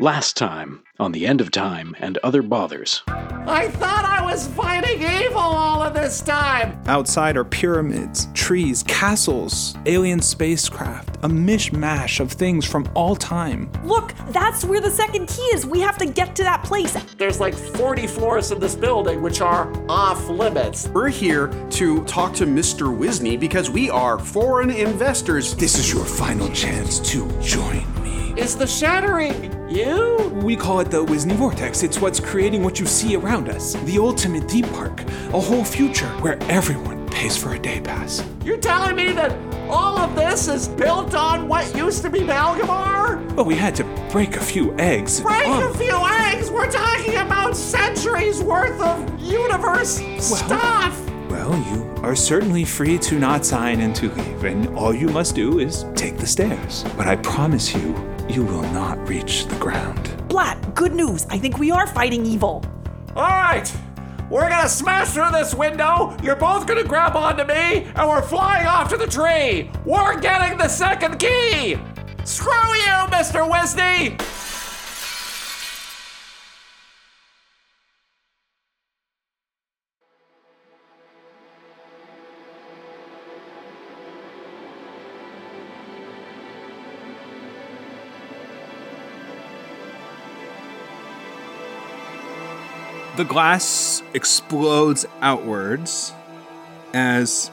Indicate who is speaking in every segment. Speaker 1: Last time on The End of Time and Other Bothers.
Speaker 2: I thought I was fighting evil all of this time.
Speaker 3: Outside are pyramids, trees, castles, alien spacecraft, a mishmash of things from all time.
Speaker 4: Look, that's where the second key is. We have to get to that place.
Speaker 2: There's like 40 floors in this building which are off limits.
Speaker 5: We're here to talk to Mr. Wisney because we are foreign investors.
Speaker 6: This is your final chance to join me.
Speaker 2: Is the shattering you?
Speaker 3: We call it the Wisney Vortex. It's what's creating what you see around us. The ultimate theme park. A whole future where everyone pays for a day pass.
Speaker 2: You're telling me that all of this is built on what used to be Malgamar?
Speaker 3: But we had to break a few eggs.
Speaker 2: Break
Speaker 3: Oh,
Speaker 2: a few eggs? We're talking about centuries worth of universe stuff.
Speaker 3: Well, you are certainly free to not sign and to leave, and all you must do is take the stairs. But I promise you, you will not reach the ground.
Speaker 4: Blat, good news. I think we are fighting evil.
Speaker 2: All right. We're gonna smash through this window. You're both gonna grab onto me, and we're flying off to the tree. We're getting the second key. Screw you, Mr. Wisney.
Speaker 7: The glass explodes outwards as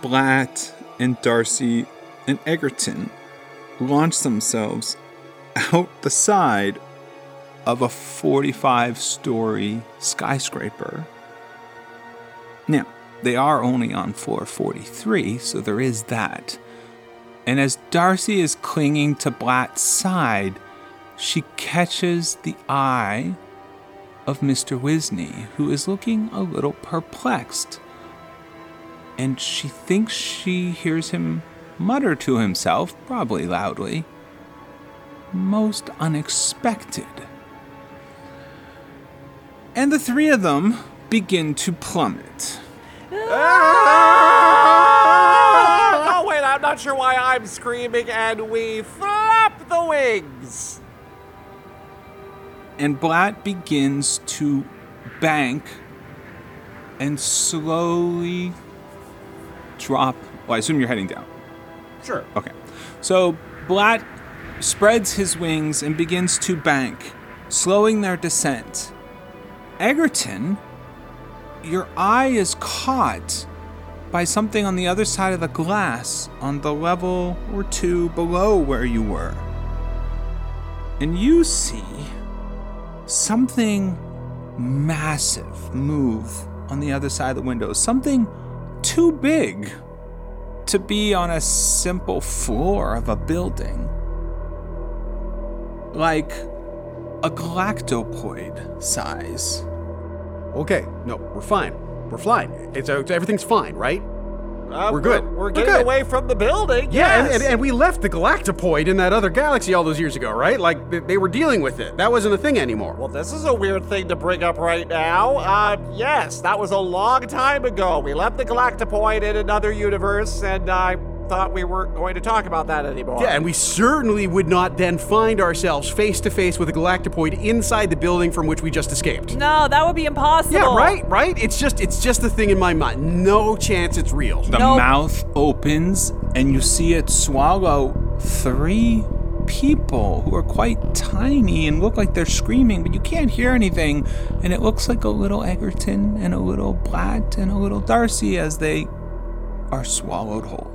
Speaker 7: Blatt and Darcy and Egerton launch themselves out the side of a 45 story skyscraper. Now, they are only on floor 43, so there is that. And as Darcy is clinging to Blatt's side, she catches the eye of Mr. Wisney, who is looking a little perplexed. And she thinks she hears him mutter to himself, probably loudly, most unexpected. And the three of them begin to plummet.
Speaker 2: Oh wait, I'm not sure why I'm screaming. And we flap the wings.
Speaker 7: and Blatt begins to bank and slowly drop. Well, I assume you're heading down.
Speaker 2: Sure.
Speaker 7: Okay. So Blatt spreads his wings and begins to bank, slowing their descent. Egerton, your eye is caught by something on the other side of the glass on the level or two below where you were. And you see something massive move on the other side of the window, something too big to be on a simple floor of a building. Like a galactoploid size.
Speaker 5: Okay, no, we're fine. We're flying. It's, uh, everything's fine, right?
Speaker 2: Uh,
Speaker 5: We're good.
Speaker 2: We're,
Speaker 5: We're
Speaker 2: getting
Speaker 5: good.
Speaker 2: away from the building.
Speaker 5: Yeah,
Speaker 2: yes.
Speaker 5: and, and, and we left the galactopoid in that other galaxy all those years ago, right? Like, th- they were dealing with it. That wasn't a thing anymore.
Speaker 2: well, this is a weird thing to bring up right now. Uh, yes, that was a long time ago. We left the Galactopoid in another universe, and I thought we weren't going to talk about that anymore.
Speaker 5: Yeah, and we certainly would not then find ourselves face to face with a galactopoid inside the building from which we just escaped.
Speaker 4: No, that would be impossible.
Speaker 5: Yeah, right, right. It's just it's just the thing in my mind. No chance it's real.
Speaker 7: The
Speaker 4: Nope.
Speaker 7: mouth opens and you see it swallow three people who are quite tiny and look like they're screaming, but you can't hear anything. And it looks like a little Egerton and a little Blatt and a little Darcy as they are swallowed whole.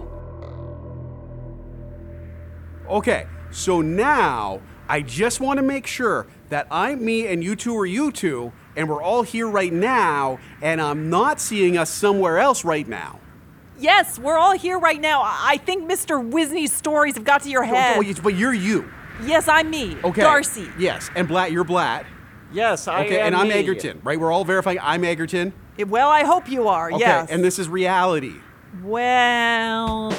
Speaker 5: Okay, so now I just want to make sure that I'm me and you two are you two, and we're all here right now, and I'm not seeing us somewhere else right now.
Speaker 4: Yes, we're all here right now. I I think Mr. Wisney's stories have got to your head.
Speaker 5: Well, you- But you're you.
Speaker 4: yes, I'm me.
Speaker 5: Okay.
Speaker 4: Darcy.
Speaker 5: Yes, and Blatt, you're Blatt.
Speaker 2: Yes, I
Speaker 5: Okay,
Speaker 2: am
Speaker 5: and I'm
Speaker 2: me.
Speaker 5: Egerton, right? We're all verifying I'm Egerton.
Speaker 4: Well, I hope you are.
Speaker 5: Okay,
Speaker 4: yes.
Speaker 5: and this is reality.
Speaker 4: Well.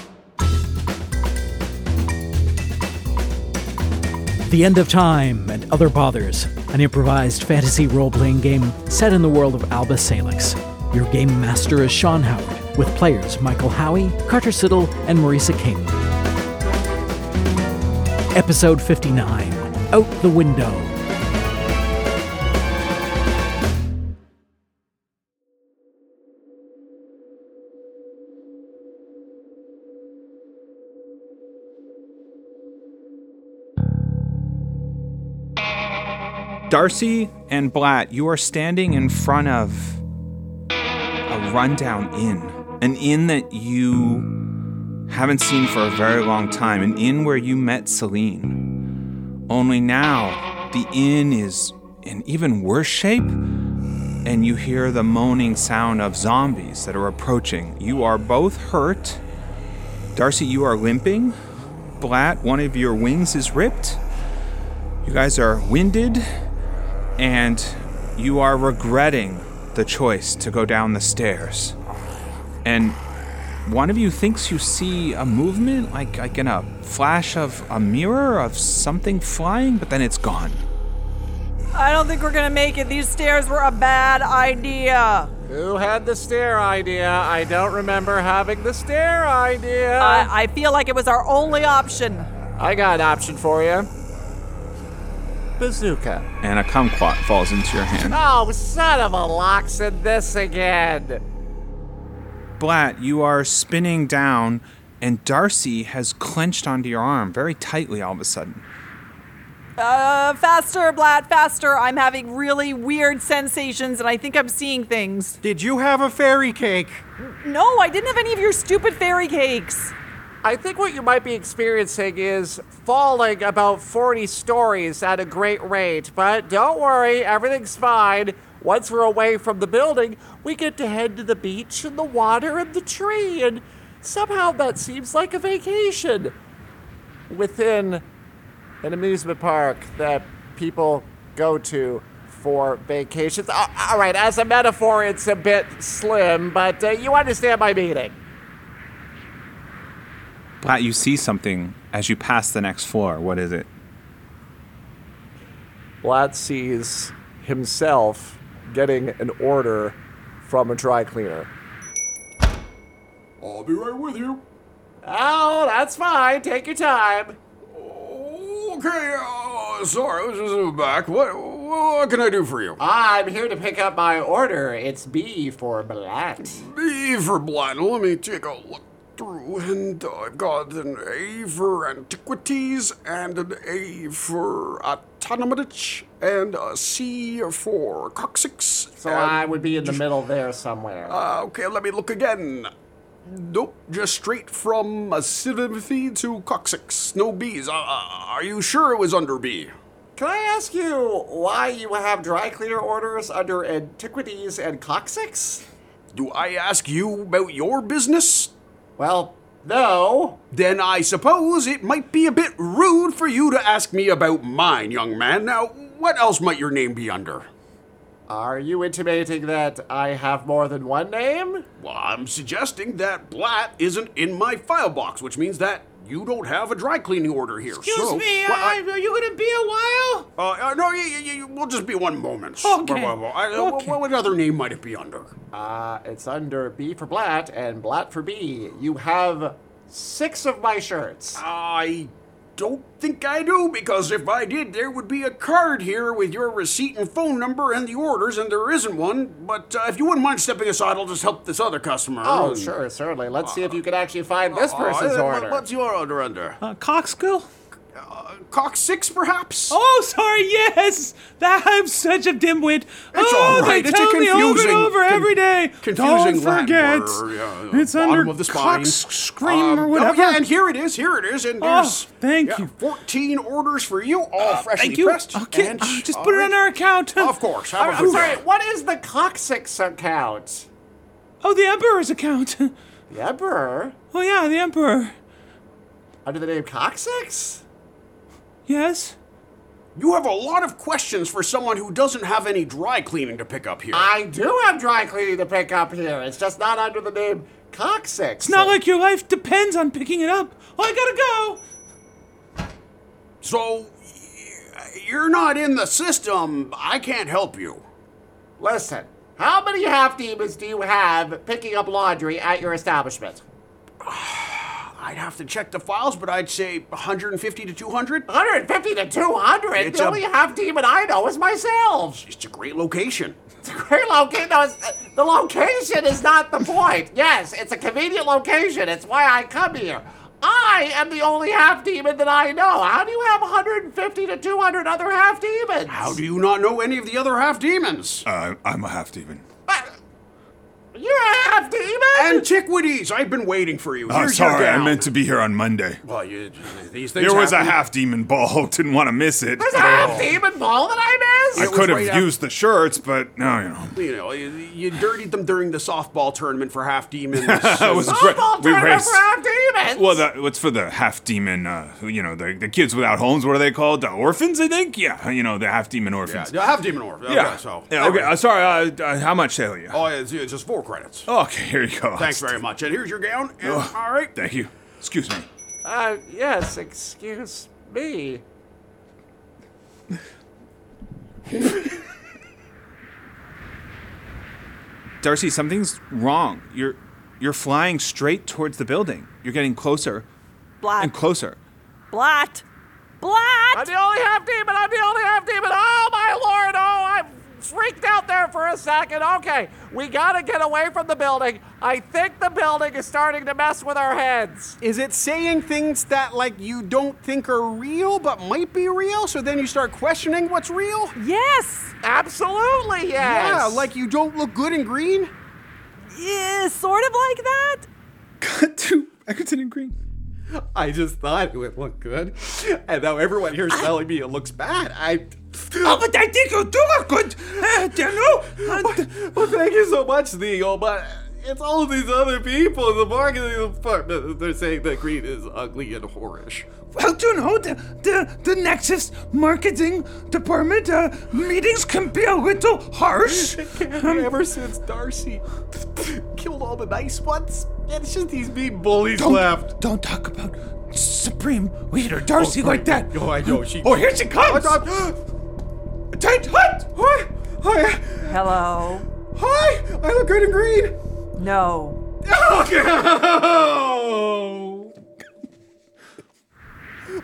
Speaker 8: The End of Time and Other Bothers, an improvised fantasy role playing game set in the world of Alba Salix. Your game master is Sean Howard, with players Michael Howie, Carter Siddle, and Marisa King. Episode 59 Out the Window.
Speaker 7: Darcy and Blatt, you are standing in front of a rundown inn. An inn that you haven't seen for a very long time. An inn where you met Celine. Only now, the inn is in even worse shape, and you hear the moaning sound of zombies that are approaching. You are both hurt. Darcy, you are limping. Blatt, one of your wings is ripped. You guys are winded and you are regretting the choice to go down the stairs. And one of you thinks you see a movement, like, like in a flash of a mirror of something flying, but then it's gone.
Speaker 4: I don't think we're gonna make it. These stairs were a bad idea.
Speaker 2: Who had the stair idea? I don't remember having the stair
Speaker 5: Uh.
Speaker 2: idea.
Speaker 4: I, I feel like it was our only option.
Speaker 2: I got an option for you. Bazooka.
Speaker 7: And a kumquat falls into your hand.
Speaker 2: Oh, son of a locks in this again.
Speaker 7: Blatt, you are spinning down, and Darcy has clenched onto your arm very tightly all of a sudden.
Speaker 4: Uh, faster, Blatt, faster. I'm having really weird sensations and I think I'm seeing things.
Speaker 5: Did you have a fairy cake?
Speaker 4: No, I didn't have any of your stupid fairy cakes.
Speaker 2: I think what you might be experiencing is falling about 40 stories at a great rate, but don't worry, everything's fine. Once we're away from the building, we get to head to the beach and the water and the tree, and somehow that seems like a vacation within an amusement park that people go to for vacations. A- All right, as a metaphor, it's a bit slim, but uh, you understand my meaning.
Speaker 7: Blatt, you see something as you pass the next floor. What is it?
Speaker 2: Blatt sees himself getting an order from a dry cleaner.
Speaker 6: I'll be right with you.
Speaker 2: Oh, that's fine. Take your time.
Speaker 6: Okay, uh, sorry, I was just back. What, what can I do for you? Uh,
Speaker 2: I'm here to pick up my order. It's B for Blatt.
Speaker 6: B for blind. Let me take a look through, and I've got an A for antiquities, and an A for autonomidich, and a C for coccyx.
Speaker 2: So
Speaker 6: and-
Speaker 2: I would be in the middle there somewhere.
Speaker 6: Uh, okay, let me look again. Nope, just straight from acidity to coccyx. No B's. Uh, are you sure it was under B?
Speaker 2: Can I ask you why you have dry cleaner orders under antiquities and coccyx?
Speaker 6: Do I ask you about your business?
Speaker 2: Well, no.
Speaker 6: Then I suppose it might be a bit rude for you to ask me about mine, young man. Now, what else might your name be under?
Speaker 2: Are you intimating that I have more than one name?
Speaker 6: Well, I'm suggesting that Blatt isn't in my file box, which means that you don't have a dry cleaning order here. so, Well, I-
Speaker 2: are you gonna be a while?
Speaker 6: Uh, uh, no, you, you, you, we'll just be one moment. Okay. uh, What, what other name might it be under?
Speaker 2: Uh, it's under B for Blatt and Blatt for B. You have six of my shirts.
Speaker 5: I don't think I do, because if I did, there would be a card here with your receipt and phone number and the orders, and there isn't one. But uh, if you wouldn't mind stepping aside, I'll just help this other customer.
Speaker 2: Oh,
Speaker 5: And-
Speaker 2: sure, certainly. Let's see if you can actually find this
Speaker 5: Uh,
Speaker 2: person's
Speaker 5: uh, what-
Speaker 2: order.
Speaker 5: What's your order under?
Speaker 9: Uh, Cockskill?
Speaker 5: Cock six, perhaps?
Speaker 9: Oh, sorry, yes! That, I'm such a dimwit.
Speaker 5: It's
Speaker 9: oh,
Speaker 5: all right.
Speaker 9: they
Speaker 5: It's a
Speaker 9: tell me over and
Speaker 5: confusing-
Speaker 9: over
Speaker 5: con-
Speaker 9: every day.
Speaker 5: confusing
Speaker 9: Don't
Speaker 5: Latin
Speaker 9: forget.
Speaker 5: word, yeah,
Speaker 9: it's
Speaker 5: bottom
Speaker 9: under
Speaker 5: of the spine.
Speaker 9: cocks- scream
Speaker 5: Um,
Speaker 9: or whatever.
Speaker 5: Oh, yeah, and here it is. Here it is. And
Speaker 9: Oh,
Speaker 5: there's
Speaker 9: thank
Speaker 5: yeah,
Speaker 9: you. Uh,
Speaker 5: 14 orders for you, all freshly
Speaker 9: thank you.
Speaker 5: pressed.
Speaker 9: Okay,
Speaker 5: and-
Speaker 9: uh, just put it on
Speaker 5: all
Speaker 9: our account.
Speaker 5: right. Of course. Have
Speaker 2: I'm,
Speaker 5: a
Speaker 2: I'm
Speaker 5: good
Speaker 2: sorry,
Speaker 5: day.
Speaker 2: what is the coccyx account?
Speaker 9: Oh, the Emperor's account.
Speaker 2: The Emperor?
Speaker 9: Oh, yeah, the Emperor.
Speaker 2: Under the name Coccyx?
Speaker 9: Yes?
Speaker 5: You have a lot of questions for someone who doesn't have any dry cleaning to pick up here.
Speaker 2: I do have dry cleaning to pick up here. It's just not under the name Coccyx.
Speaker 9: It's not like your life depends on picking it up. Oh, I gotta go!
Speaker 5: So, y- you're not in the system. I can't help you.
Speaker 2: Listen, how many half demons do you have picking up laundry at your establishment?
Speaker 5: I'd have to check the files, but I'd say 150 to 200.
Speaker 2: 150 to 200?
Speaker 5: It's
Speaker 2: the
Speaker 5: a-
Speaker 2: only half demon I know is myself.
Speaker 5: It's a great location.
Speaker 2: It's a great location. No, it's- uh, the location is not the point. Yes, it's a convenient location. It's why I come here. I am the only half demon that I know. How do you have 150 to 200 other half demons?
Speaker 5: How do you not know any of the other half demons?
Speaker 10: Uh, I'm a half demon.
Speaker 2: Uh, You're a half demon?
Speaker 5: Antiquities! I've been waiting for you.
Speaker 10: Oh,
Speaker 5: Here's your
Speaker 10: sorry, I
Speaker 5: gown.
Speaker 10: meant to be here on Monday.
Speaker 5: Well, you, these things.
Speaker 10: There was a
Speaker 5: happen.
Speaker 10: half demon ball. Didn't want to miss it.
Speaker 2: There's a
Speaker 10: Oh.
Speaker 2: half demon ball that I missed?
Speaker 10: I
Speaker 5: was
Speaker 10: could have
Speaker 5: right after-
Speaker 10: used the shirts, but no, you know.
Speaker 5: You know, you, you dirtied them during the softball tournament for half demons.
Speaker 10: That was
Speaker 5: And-
Speaker 10: great.
Speaker 2: Softball
Speaker 10: We
Speaker 2: tournament
Speaker 10: raced.
Speaker 2: for half demons.
Speaker 10: Well, that, what's for the half demon? Uh, who- you know, the, the kids without homes. What are they called? The orphans, I think. Yeah, you know, the half demon
Speaker 5: Yeah,
Speaker 10: orphans.
Speaker 5: the half demon orb. Okay,
Speaker 10: Yeah.
Speaker 5: so.
Speaker 10: Yeah, okay. Uh, sorry. Uh, uh, how much tell you?
Speaker 5: Oh, it's, it's just four credits.
Speaker 10: Okay. Here you go.
Speaker 5: Thanks very much. And here's your gown. And,
Speaker 10: Oh, Ugh.
Speaker 5: all right.
Speaker 10: Thank you. Excuse me.
Speaker 2: Uh, yes, excuse me.
Speaker 7: Darcy, something's wrong. You're you're flying straight towards the building. You're getting closer
Speaker 4: Blat,
Speaker 7: and closer.
Speaker 4: blat,
Speaker 2: I'm
Speaker 4: blat.
Speaker 2: the only half demon. I'm the only half demon. Oh my lord! Oh, I freaked out there for a second. Okay, we gotta get away from the building. I think the building is starting to mess with our heads.
Speaker 11: Is it saying things that like you don't think are real but might be real? So then you start questioning what's real?
Speaker 4: Yes,
Speaker 2: Absolutely, yes.
Speaker 11: Yeah, like you don't look good in green?
Speaker 4: yeah, sort of like that.
Speaker 7: Cut to Egerton and Green.
Speaker 11: I just thought it would look good. And now everyone here's telling me it looks bad. I
Speaker 7: Oh, but I think you do look good. uh,
Speaker 11: Well, thank you so much, Theo, but it's all of these other people in the marketing department. They're saying that green is ugly and whorish.
Speaker 7: Well, you know, the, the, the Nexus marketing department uh, meetings can be a little harsh. Um,
Speaker 11: Ever since Darcy killed all the nice ones, it's just these big bullies
Speaker 7: Don't,
Speaker 11: left.
Speaker 7: don't talk about Supreme Leader Darcy like that.
Speaker 11: Oh, I know. She.
Speaker 7: Oh, here she comes.
Speaker 11: Oh,
Speaker 7: Tight hut. Hi. Hi.
Speaker 4: Hello.
Speaker 7: Hi. I look good in green.
Speaker 4: No.
Speaker 11: no!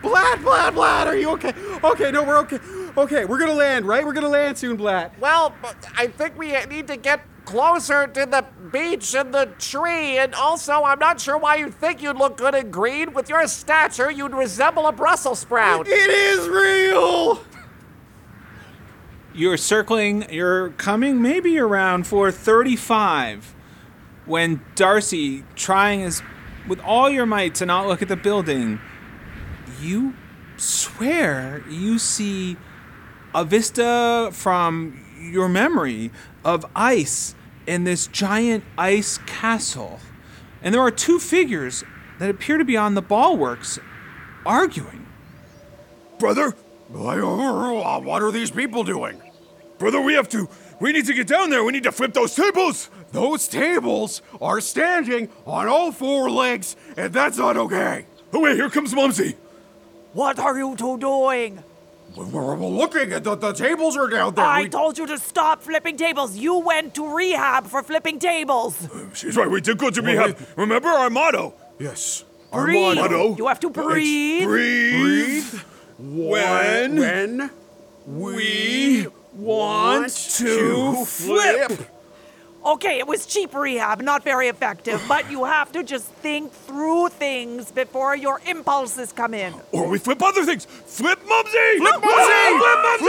Speaker 11: Blad, Blad, Blad, are you okay? Okay, no, we're okay. Okay, we're gonna land, right? We're gonna land soon, Blad.
Speaker 2: well, but I think we need to get closer to the beach and the tree. And also, I'm not sure why you think you'd look good in green. With your stature, you'd resemble a Brussels sprout.
Speaker 11: It is real!
Speaker 7: You're circling, you're coming maybe around 435 when Darcy, trying as with all your might to not look at the building, you swear you see a vista from your memory of ice in this giant ice castle. And there are two figures that appear to be on the ballworks arguing.
Speaker 10: Brother,
Speaker 5: Uh, What are these people doing?
Speaker 10: brother, we have to. We need to get down there. We need to flip those tables.
Speaker 5: Those tables are standing on all four legs, and that's not okay.
Speaker 10: Oh wait, here comes Mumsy.
Speaker 4: What are you two doing?
Speaker 5: We're, we're looking at the, the tables are down there.
Speaker 4: I
Speaker 5: We-
Speaker 4: told you to stop flipping tables. You went to rehab for flipping tables.
Speaker 10: She's right. We did good to be happy. Remember our motto.
Speaker 5: yes.
Speaker 4: Breathe.
Speaker 6: Armando.
Speaker 4: You have to breathe.
Speaker 6: breathe when when we
Speaker 4: want to flip. Okay, it was cheap rehab, not very effective, but you have to just think through things before your impulses come in.
Speaker 12: Or we flip other things. Flip Mumsy!
Speaker 4: Flip Mumsy!
Speaker 12: Flip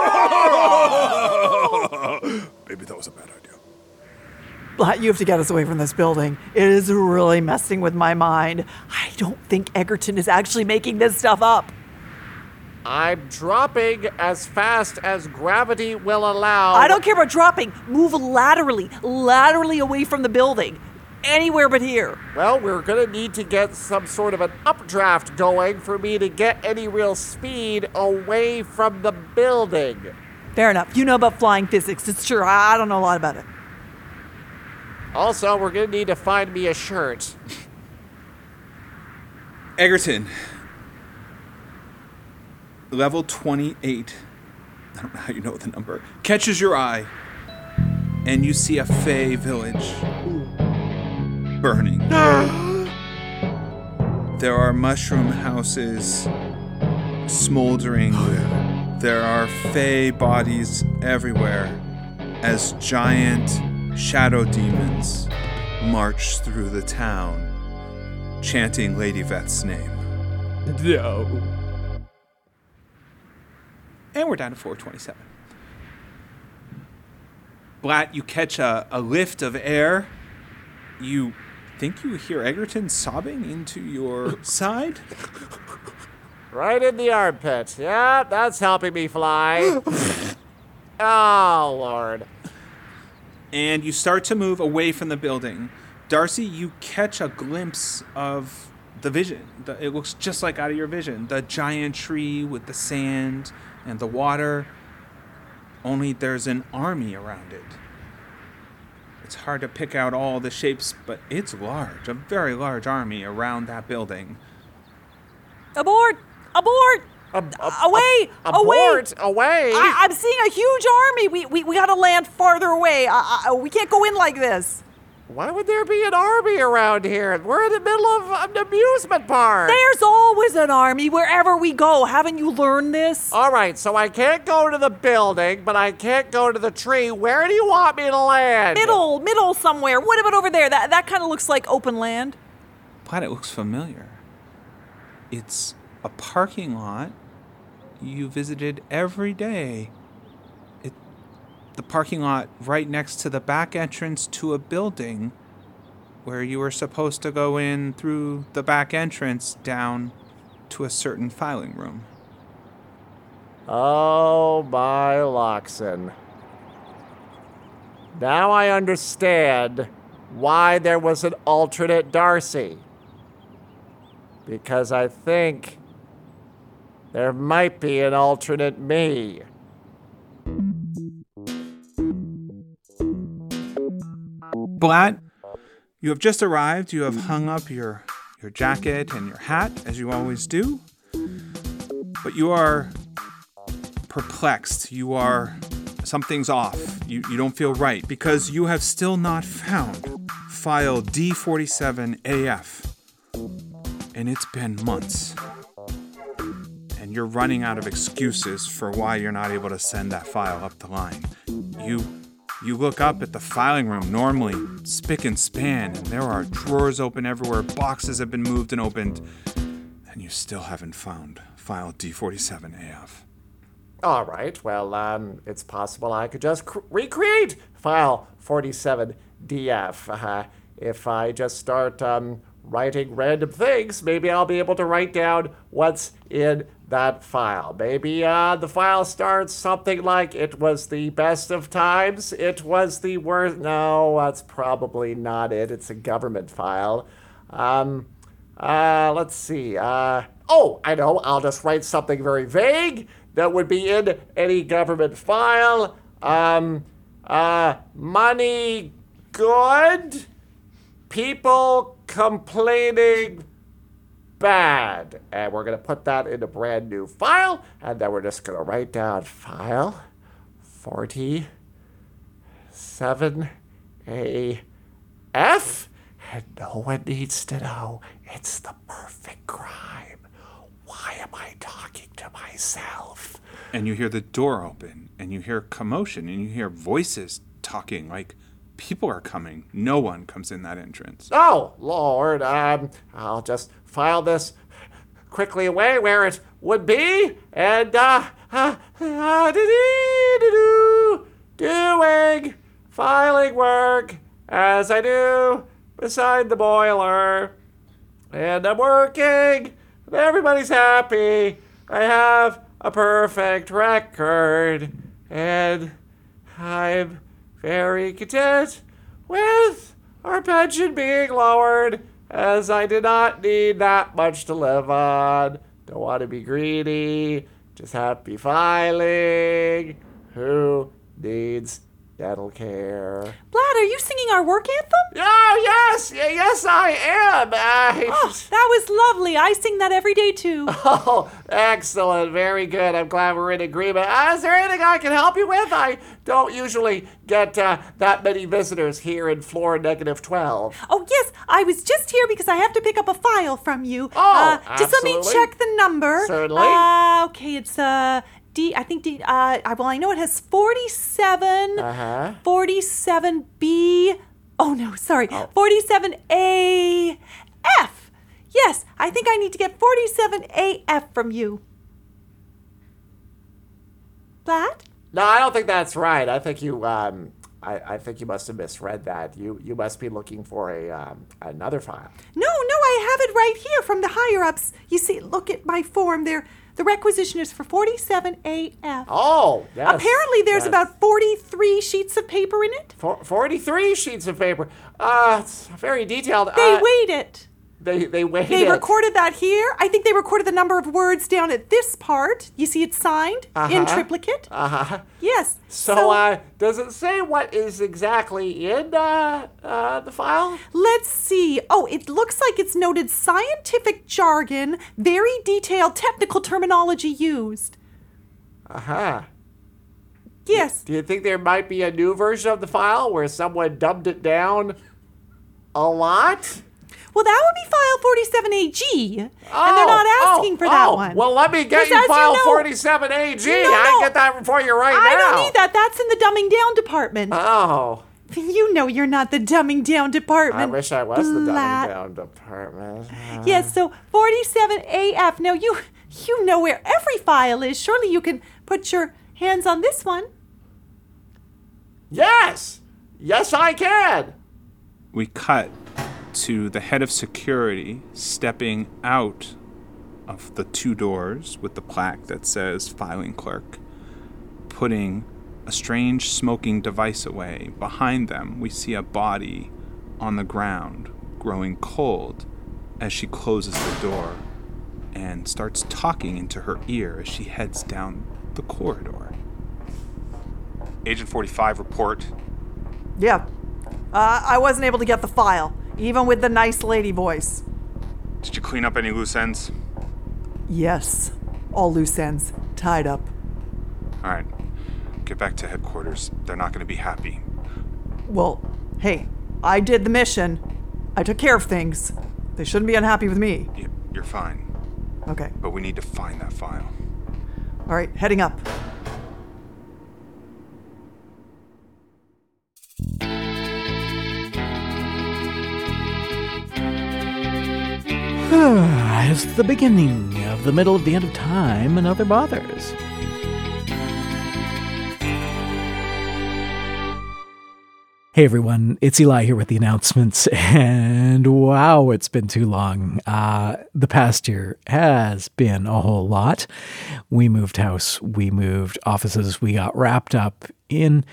Speaker 12: Mumsy! Maybe that was a bad idea.
Speaker 4: Blatt, you have to get us away from this building. It is really messing with my mind. I don't think Egerton is actually making this stuff up.
Speaker 2: I'm dropping as fast as gravity will allow.
Speaker 4: I don't care about dropping. Move laterally, laterally away from the building. Anywhere but here.
Speaker 2: Well, we're gonna need to get some sort of an updraft going for me to get any real speed away from the building.
Speaker 4: Fair enough. You know about flying physics. It's true. I I don't know a lot about it.
Speaker 2: Also, we're gonna need to find me a shirt.
Speaker 7: Egerton. Level 28. I don't know how you know the number. Catches your eye, and you see a Fey village burning. there are mushroom houses smoldering. there are Fey bodies everywhere as giant shadow demons march through the town, chanting Lady Vet's name.
Speaker 12: No.
Speaker 7: And we're down to 427. Blatt, you catch a, a lift of air. You think you hear Egerton sobbing into your side.
Speaker 2: Right in the armpit. Yeah, that's helping me fly. oh, Lord.
Speaker 7: And you start to move away from the building. Darcy, you catch a glimpse of the vision. The, it looks just like out of your vision. The giant tree with the sand and the water. Only there's an army around it. It's hard to pick out all the shapes, but it's large, a very large army around that building.
Speaker 4: Abort! Abort! away!
Speaker 2: abort! Away!
Speaker 4: I, I'm seeing a huge army. We, we, we gotta land farther away. I, I, we can't go in like this.
Speaker 2: Why would there be an army around here? We're in the middle of an amusement park.
Speaker 4: There's always an army wherever we go. Haven't you learned this?
Speaker 2: All right, so I can't go to the building, but I can't go to the tree. Where do you want me to land?
Speaker 4: Middle, middle somewhere. What about over there? That, that kind of looks like open land.
Speaker 7: Planet looks familiar. It's a parking lot you visited every day. It, the parking lot right next to the back entrance to a building where you were supposed to go in through the back entrance down to a certain filing room.
Speaker 2: Oh, my Loxon. Now I understand why there was an alternate Darcy. Because I think there might be an alternate me.
Speaker 7: Blatt, you have just arrived. You have hung up your, your jacket and your hat, as you always do. But you are perplexed. You are. Something's off. You, you don't feel right because you have still not found file D47AF. And it's been months. And you're running out of excuses for why you're not able to send that file up the line. You you look up at the filing room, normally spick and span, and there are drawers open everywhere, boxes have been moved and opened, and you still haven't found file D47AF.
Speaker 2: All right, well, um, it's possible I could just cr- recreate file 47DF. Uh, if I just start um, writing random things, maybe I'll be able to write down what's in that file. Maybe uh, the file starts something like it was the best of times, it was the worst. No, that's probably not it. It's a government file. Um, uh, let's see. Uh, oh, I know. I'll just write something very vague that would be in any government file. Um, uh, money good, people complaining bad. And we're going to put that in a brand new file. And then we're just going to write down file 47AF. And no one needs to know. It's the perfect crime. Why am I talking to myself?
Speaker 7: and you hear the door open and you hear commotion and you hear voices talking like people are coming no one comes in that entrance
Speaker 2: Oh, Lord, um, I'll just file this quickly away where it would be, and, uh, uh, uh do doing filing work as I do beside the boiler. And I'm working, and everybody's happy. I have a perfect record, and I'm very content with our pension being lowered, as I did not need that much to live on. Don't want to be greedy, just happy filing. Who needs dental care?
Speaker 4: Vlad, are you singing our work anthem?
Speaker 2: Oh, yes, y- yes, I am. I...
Speaker 4: Oh, that was lovely. I sing that every day too.
Speaker 2: Oh, excellent. Very good. I'm glad we're in agreement. Uh, is there anything I can help you with? I don't usually get uh, that many visitors here in floor negative 12.
Speaker 4: Oh, yes, I was just here because I have to pick up a file from you. Uh,
Speaker 2: Oh,
Speaker 4: Just let me
Speaker 2: absolutely.
Speaker 4: check the number.
Speaker 2: Certainly.
Speaker 4: Uh, okay, it's uh, D, I think D, uh, I- well, I know it has 47,
Speaker 2: Uh-huh.
Speaker 4: 47B, oh no, sorry, 47A, F. Yes, I think I need to get 47AF from you. Vlad?
Speaker 2: No, I don't think that's right. I think you, um, I, I think you must have misread that. You, you must be looking for a um, another file.
Speaker 4: No, no, I have it right here from the higher ups. You see, look at my form there. The requisition is for 47AF.
Speaker 2: Oh, yes.
Speaker 4: Apparently, there's
Speaker 2: yes.
Speaker 4: about 43 sheets of paper in it.
Speaker 2: Four, 43 sheets of paper. Uh, it's very detailed.
Speaker 4: They
Speaker 2: uh,
Speaker 4: weighed it.
Speaker 2: They, they weighed
Speaker 4: They
Speaker 2: it.
Speaker 4: recorded that here. I think they recorded the number of words down at this part. You see, it's signed in
Speaker 2: Uh-huh.
Speaker 4: triplicate.
Speaker 2: Uh-huh.
Speaker 4: Yes.
Speaker 2: So, uh, does it say what is exactly in uh, uh, the file?
Speaker 4: Let's see. Oh, it looks like it's noted scientific jargon, very detailed technical terminology used.
Speaker 2: Uh-huh.
Speaker 4: Yes.
Speaker 2: Do you think there might be a new version of the file where someone dumbed it down a lot?
Speaker 4: Well, that would be file 47AG. and they're not
Speaker 2: Oh,
Speaker 4: asking
Speaker 2: oh,
Speaker 4: for that
Speaker 2: oh.
Speaker 4: one.
Speaker 2: Well, let me get
Speaker 4: Because as
Speaker 2: you file
Speaker 4: know-
Speaker 2: 47AG.
Speaker 4: No,
Speaker 2: I can
Speaker 4: no.
Speaker 2: get that for you right
Speaker 4: I
Speaker 2: now.
Speaker 4: don't need that. That's in the dumbing down department.
Speaker 2: Oh,
Speaker 4: You know you're not the dumbing down department.
Speaker 2: I wish I was the
Speaker 4: Blat.
Speaker 2: dumbing down department.
Speaker 4: Yes, so 47AF. Now you you know where every file is. Surely you can put your hands on this one.
Speaker 2: Yes. Yes, I can.
Speaker 7: we cut to the head of security stepping out of the two doors with the plaque that says filing clerk putting a strange smoking device away behind them we see a body on the ground growing cold as she closes the door and starts talking into her ear as she heads down the corridor agent 45 report
Speaker 4: Yeah. Uh, I wasn't able to get the file, even with the nice lady voice.
Speaker 7: did you clean up any loose ends
Speaker 4: Yes. All loose ends tied up.
Speaker 7: All right, get back to headquarters. They're not going to be happy.
Speaker 4: Well, hey, I did the mission. I took care of things. They shouldn't be unhappy with me.
Speaker 7: Y- You're fine,
Speaker 4: Okay.
Speaker 7: but we need to find that file.
Speaker 4: All right, heading up.
Speaker 8: it's the beginning of the middle of the end of time and other bothers. Hey everyone, it's Eli here with the announcements, and wow, it's been too long. Uh, the past year has been a whole lot. We moved house, we moved offices, we got wrapped up in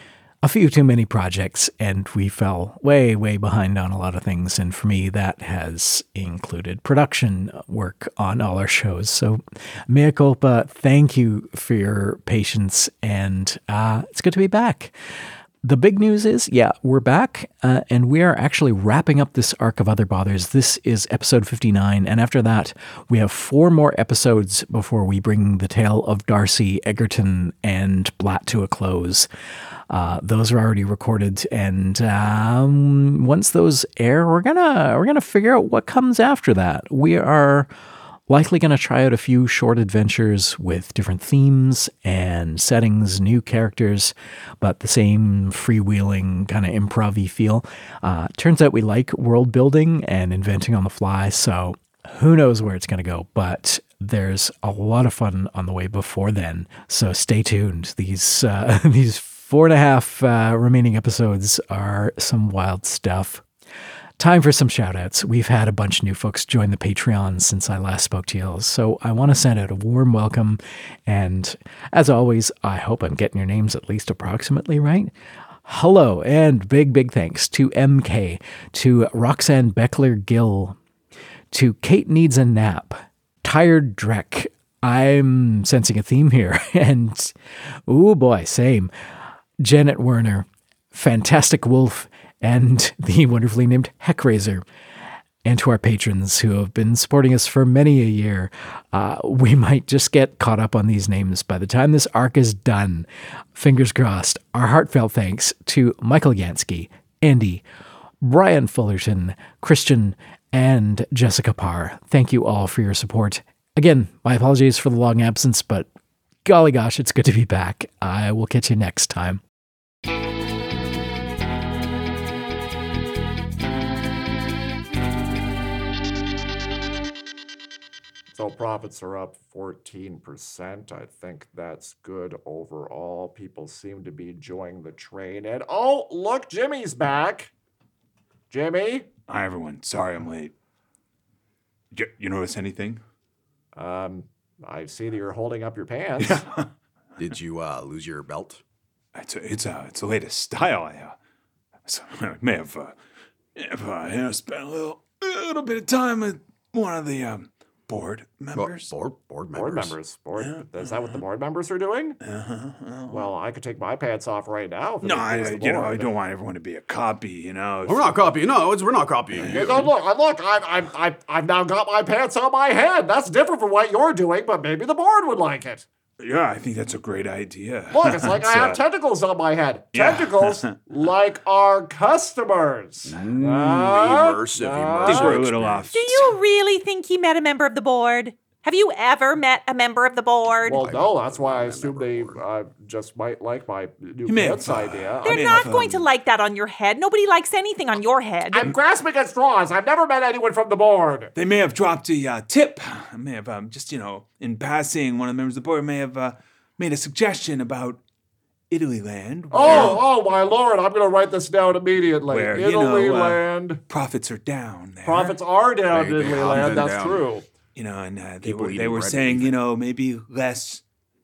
Speaker 8: a few too many projects, and we fell way, way behind on a lot of things. And for me, that has included production work on all our shows. So, mea culpa, thank you for your patience, and uh, it's good to be back. the big news is, yeah, we're back, uh, and we are actually wrapping up this arc of Other Bothers. This is episode 59, and after that, we have four more episodes before we bring the tale of Darcy, Egerton, and Blatt to a close. Uh, those are already recorded, and um, once those air, we're gonna we're gonna figure out what comes after that. We are likely going to try out a few short adventures with different themes and settings, new characters, but the same freewheeling kind of improv feel. Uh, turns out we like world building and inventing on the fly, so who knows where it's going to go, but there's a lot of fun on the way before then. So stay tuned. These uh, these four and a half uh, remaining episodes are some wild stuff. Time for some shout outs. We've had a bunch of new folks join the Patreon since I last spoke to you. So I want to send out a warm welcome. And as always, I hope I'm getting your names at least approximately right. Hello, and big, big thanks to MK, to Roxanne Beckler Gill, to Kate Needs a Nap, Tired Drek. I'm sensing a theme here. And, oh boy, same. Janet Werner, Fantastic Wolf, and the wonderfully named Heckraiser. And to our patrons who have been supporting us for many a year, uh, we might just get caught up on these names by the time this arc is done. Fingers crossed. Our heartfelt thanks to Michael Yansky, Andy, Brian Fullerton, Christian, and Jessica Parr. Thank you all for your support. Again, my apologies for the long absence, but golly gosh, it's good to be back. I will catch you next time.
Speaker 2: So profits are up 14%. I think that's good overall. People seem to be enjoying the train. And oh, look, Jimmy's back. Jimmy?
Speaker 7: Hi, everyone. Sorry I'm late. You, you notice anything?
Speaker 2: Um, I see that you're holding up your pants.
Speaker 13: Did you uh, lose your belt?
Speaker 7: It's a, it's a, it's the latest style. I, uh, so I may have, uh, if I you know, spent a little, little bit of time with one of the um, board members. Uh-huh,
Speaker 13: board, board members.
Speaker 2: Board members. Board, Is that what the board members are doing? Well, I could take my pants off right now. If it
Speaker 7: No, I,
Speaker 2: appears
Speaker 7: I-
Speaker 2: the
Speaker 7: you know, I
Speaker 2: board-
Speaker 7: don't want everyone to be a copy. You know,
Speaker 14: We're not copying. No, it's, we're not copying.
Speaker 2: Yeah, no, look, I- look, I've, I've, I've, I've now got my pants on my head. That's different from what you're doing, but maybe the board would like it.
Speaker 7: Yeah, I think that's a great idea.
Speaker 2: Look, it's like I have
Speaker 7: uh,
Speaker 2: tentacles on my head.
Speaker 7: yeah.
Speaker 2: Tentacles like our customers. Ah,
Speaker 13: immersive,
Speaker 2: ah.
Speaker 13: immersive.
Speaker 7: we're a little off.
Speaker 4: Do you really think he met a member of the board? Have you ever met a member of the board?
Speaker 2: Well, no, that's why I assume they uh, just might like my new
Speaker 7: You may
Speaker 2: pants
Speaker 7: have, uh,
Speaker 2: idea.
Speaker 4: They're
Speaker 7: I mean,
Speaker 4: not
Speaker 7: I've,
Speaker 4: going to
Speaker 7: um,
Speaker 4: like that on your head. Nobody likes anything on your head.
Speaker 2: I'm grasping at straws. I've never met anyone from the board.
Speaker 7: They may have dropped a uh, tip. I may have um, just, you know, in passing, one of the members of the board may have uh, made a suggestion about Italy land.
Speaker 2: Oh, oh my lord! I'm gonna write this down immediately.
Speaker 7: Where, you know,
Speaker 2: Italy
Speaker 7: uh,
Speaker 2: land.
Speaker 7: Profits are down there.
Speaker 2: Profits are down
Speaker 13: They-
Speaker 2: in
Speaker 13: they
Speaker 2: Italy
Speaker 13: have
Speaker 2: land.
Speaker 13: been
Speaker 2: That's
Speaker 13: down.
Speaker 2: true.
Speaker 7: You know, and uh, they
Speaker 13: People
Speaker 7: were, they
Speaker 13: eating
Speaker 7: were
Speaker 13: bread
Speaker 7: saying,
Speaker 13: even.
Speaker 7: you know, maybe less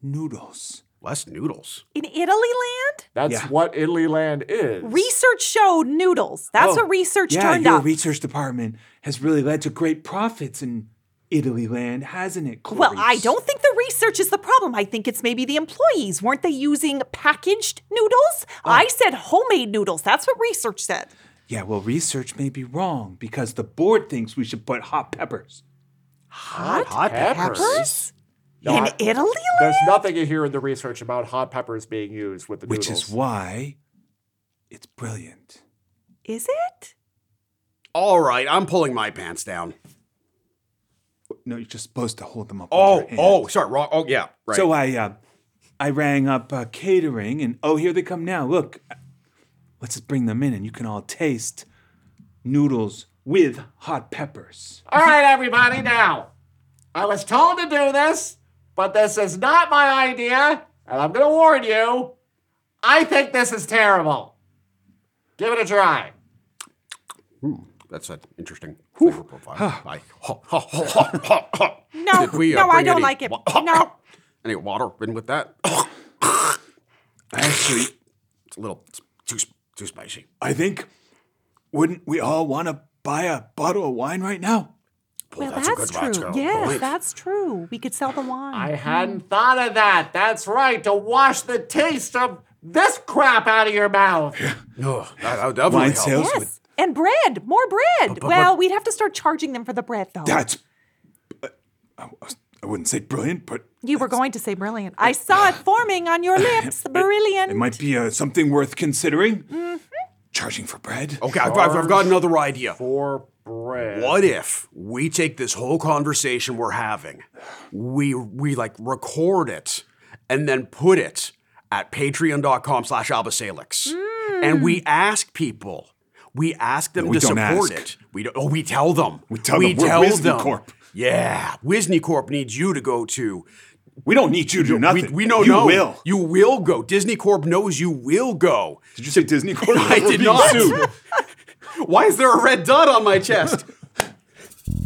Speaker 7: noodles.
Speaker 13: Less noodles.
Speaker 4: In Italy land?
Speaker 2: That's
Speaker 7: Yeah.
Speaker 2: what Italy land is.
Speaker 4: Research showed noodles. That's
Speaker 7: Oh,
Speaker 4: what research
Speaker 7: yeah,
Speaker 4: turned
Speaker 7: your
Speaker 4: up.
Speaker 7: research department has really led to great profits in Italy land, hasn't it, Clarice?
Speaker 4: well, I don't think the research is the problem. I think it's maybe the employees. Weren't they using packaged noodles?
Speaker 7: Oh.
Speaker 4: I said homemade noodles. That's what research said.
Speaker 7: Yeah, well, research may be wrong because the board thinks we should put hot peppers.
Speaker 4: Hot,
Speaker 2: Hot peppers?
Speaker 4: peppers?
Speaker 2: No,
Speaker 4: in
Speaker 2: I-
Speaker 4: Italy
Speaker 2: There's
Speaker 4: land?
Speaker 2: nothing in here in the research about hot peppers being used with the noodles.
Speaker 7: Which is why it's brilliant.
Speaker 4: Is it?
Speaker 5: All right, I'm pulling my pants down.
Speaker 7: No, you're just supposed to hold them up.
Speaker 5: Oh,
Speaker 7: with your hand.
Speaker 5: oh, sorry, wrong. Oh, yeah, right.
Speaker 7: So I, uh, I rang up uh, catering, and oh, here they come now. Look, let's just bring them in, and you can all taste noodles with hot peppers.
Speaker 2: All right, everybody, now. I was told to do this, but this is not my idea, and I'm going to warn you. I think this is terrible. Give it a try.
Speaker 5: That's an interesting flavor profile. I, ho, ho, ho, ho, ho, ho.
Speaker 4: No,
Speaker 5: Did we, uh,
Speaker 4: no, I
Speaker 5: bring
Speaker 4: don't
Speaker 5: any
Speaker 4: like it.
Speaker 5: wa-
Speaker 4: no.
Speaker 5: Any water in with that?
Speaker 7: Actually,
Speaker 5: It's a little it's too sp- too spicy.
Speaker 7: I think wouldn't we all want to buy a bottle of wine right now?
Speaker 4: Well,
Speaker 5: that's
Speaker 4: that's,
Speaker 5: a good
Speaker 4: true.
Speaker 5: watch, girl.
Speaker 4: yes,
Speaker 5: Believe.
Speaker 4: that's true. We could sell the wine.
Speaker 2: I hadn't thought of that. That's right, to wash the taste of this crap out of your mouth.
Speaker 5: No, that, that would
Speaker 7: Wine
Speaker 5: definitely
Speaker 7: sales
Speaker 5: help.
Speaker 7: with-
Speaker 4: And bread, more bread.
Speaker 7: but-
Speaker 4: well,
Speaker 7: but-
Speaker 4: we'd have to start charging them for the bread, though.
Speaker 7: That's. uh, I, I wouldn't say brilliant, but
Speaker 4: you were going to say brilliant. I saw it forming on your lips. Brilliant.
Speaker 7: it might be uh, something worth considering. Charging for bread.
Speaker 5: Okay, I've, I've- I've got another idea.
Speaker 2: For bread.
Speaker 5: What if we take this whole conversation we're having, we we like record it, and then put it at patreon.com slash albasalix. And we ask people, we ask them
Speaker 7: No, we
Speaker 5: to
Speaker 7: don't
Speaker 5: support
Speaker 7: ask.
Speaker 5: it. We don't, oh, we tell them. We
Speaker 7: tell them. We're Wisney Corp.
Speaker 5: Yeah, Wisney Corp needs you to go to.
Speaker 7: We don't need you to do
Speaker 5: We,
Speaker 7: nothing.
Speaker 5: we know
Speaker 7: You
Speaker 5: no.
Speaker 7: will.
Speaker 5: You will go. Disney Corp knows you will go.
Speaker 7: Did you say Disney Corp?
Speaker 5: I
Speaker 7: We're
Speaker 5: did
Speaker 7: being
Speaker 5: not.
Speaker 7: sued.
Speaker 5: Why is there a red dot on my chest?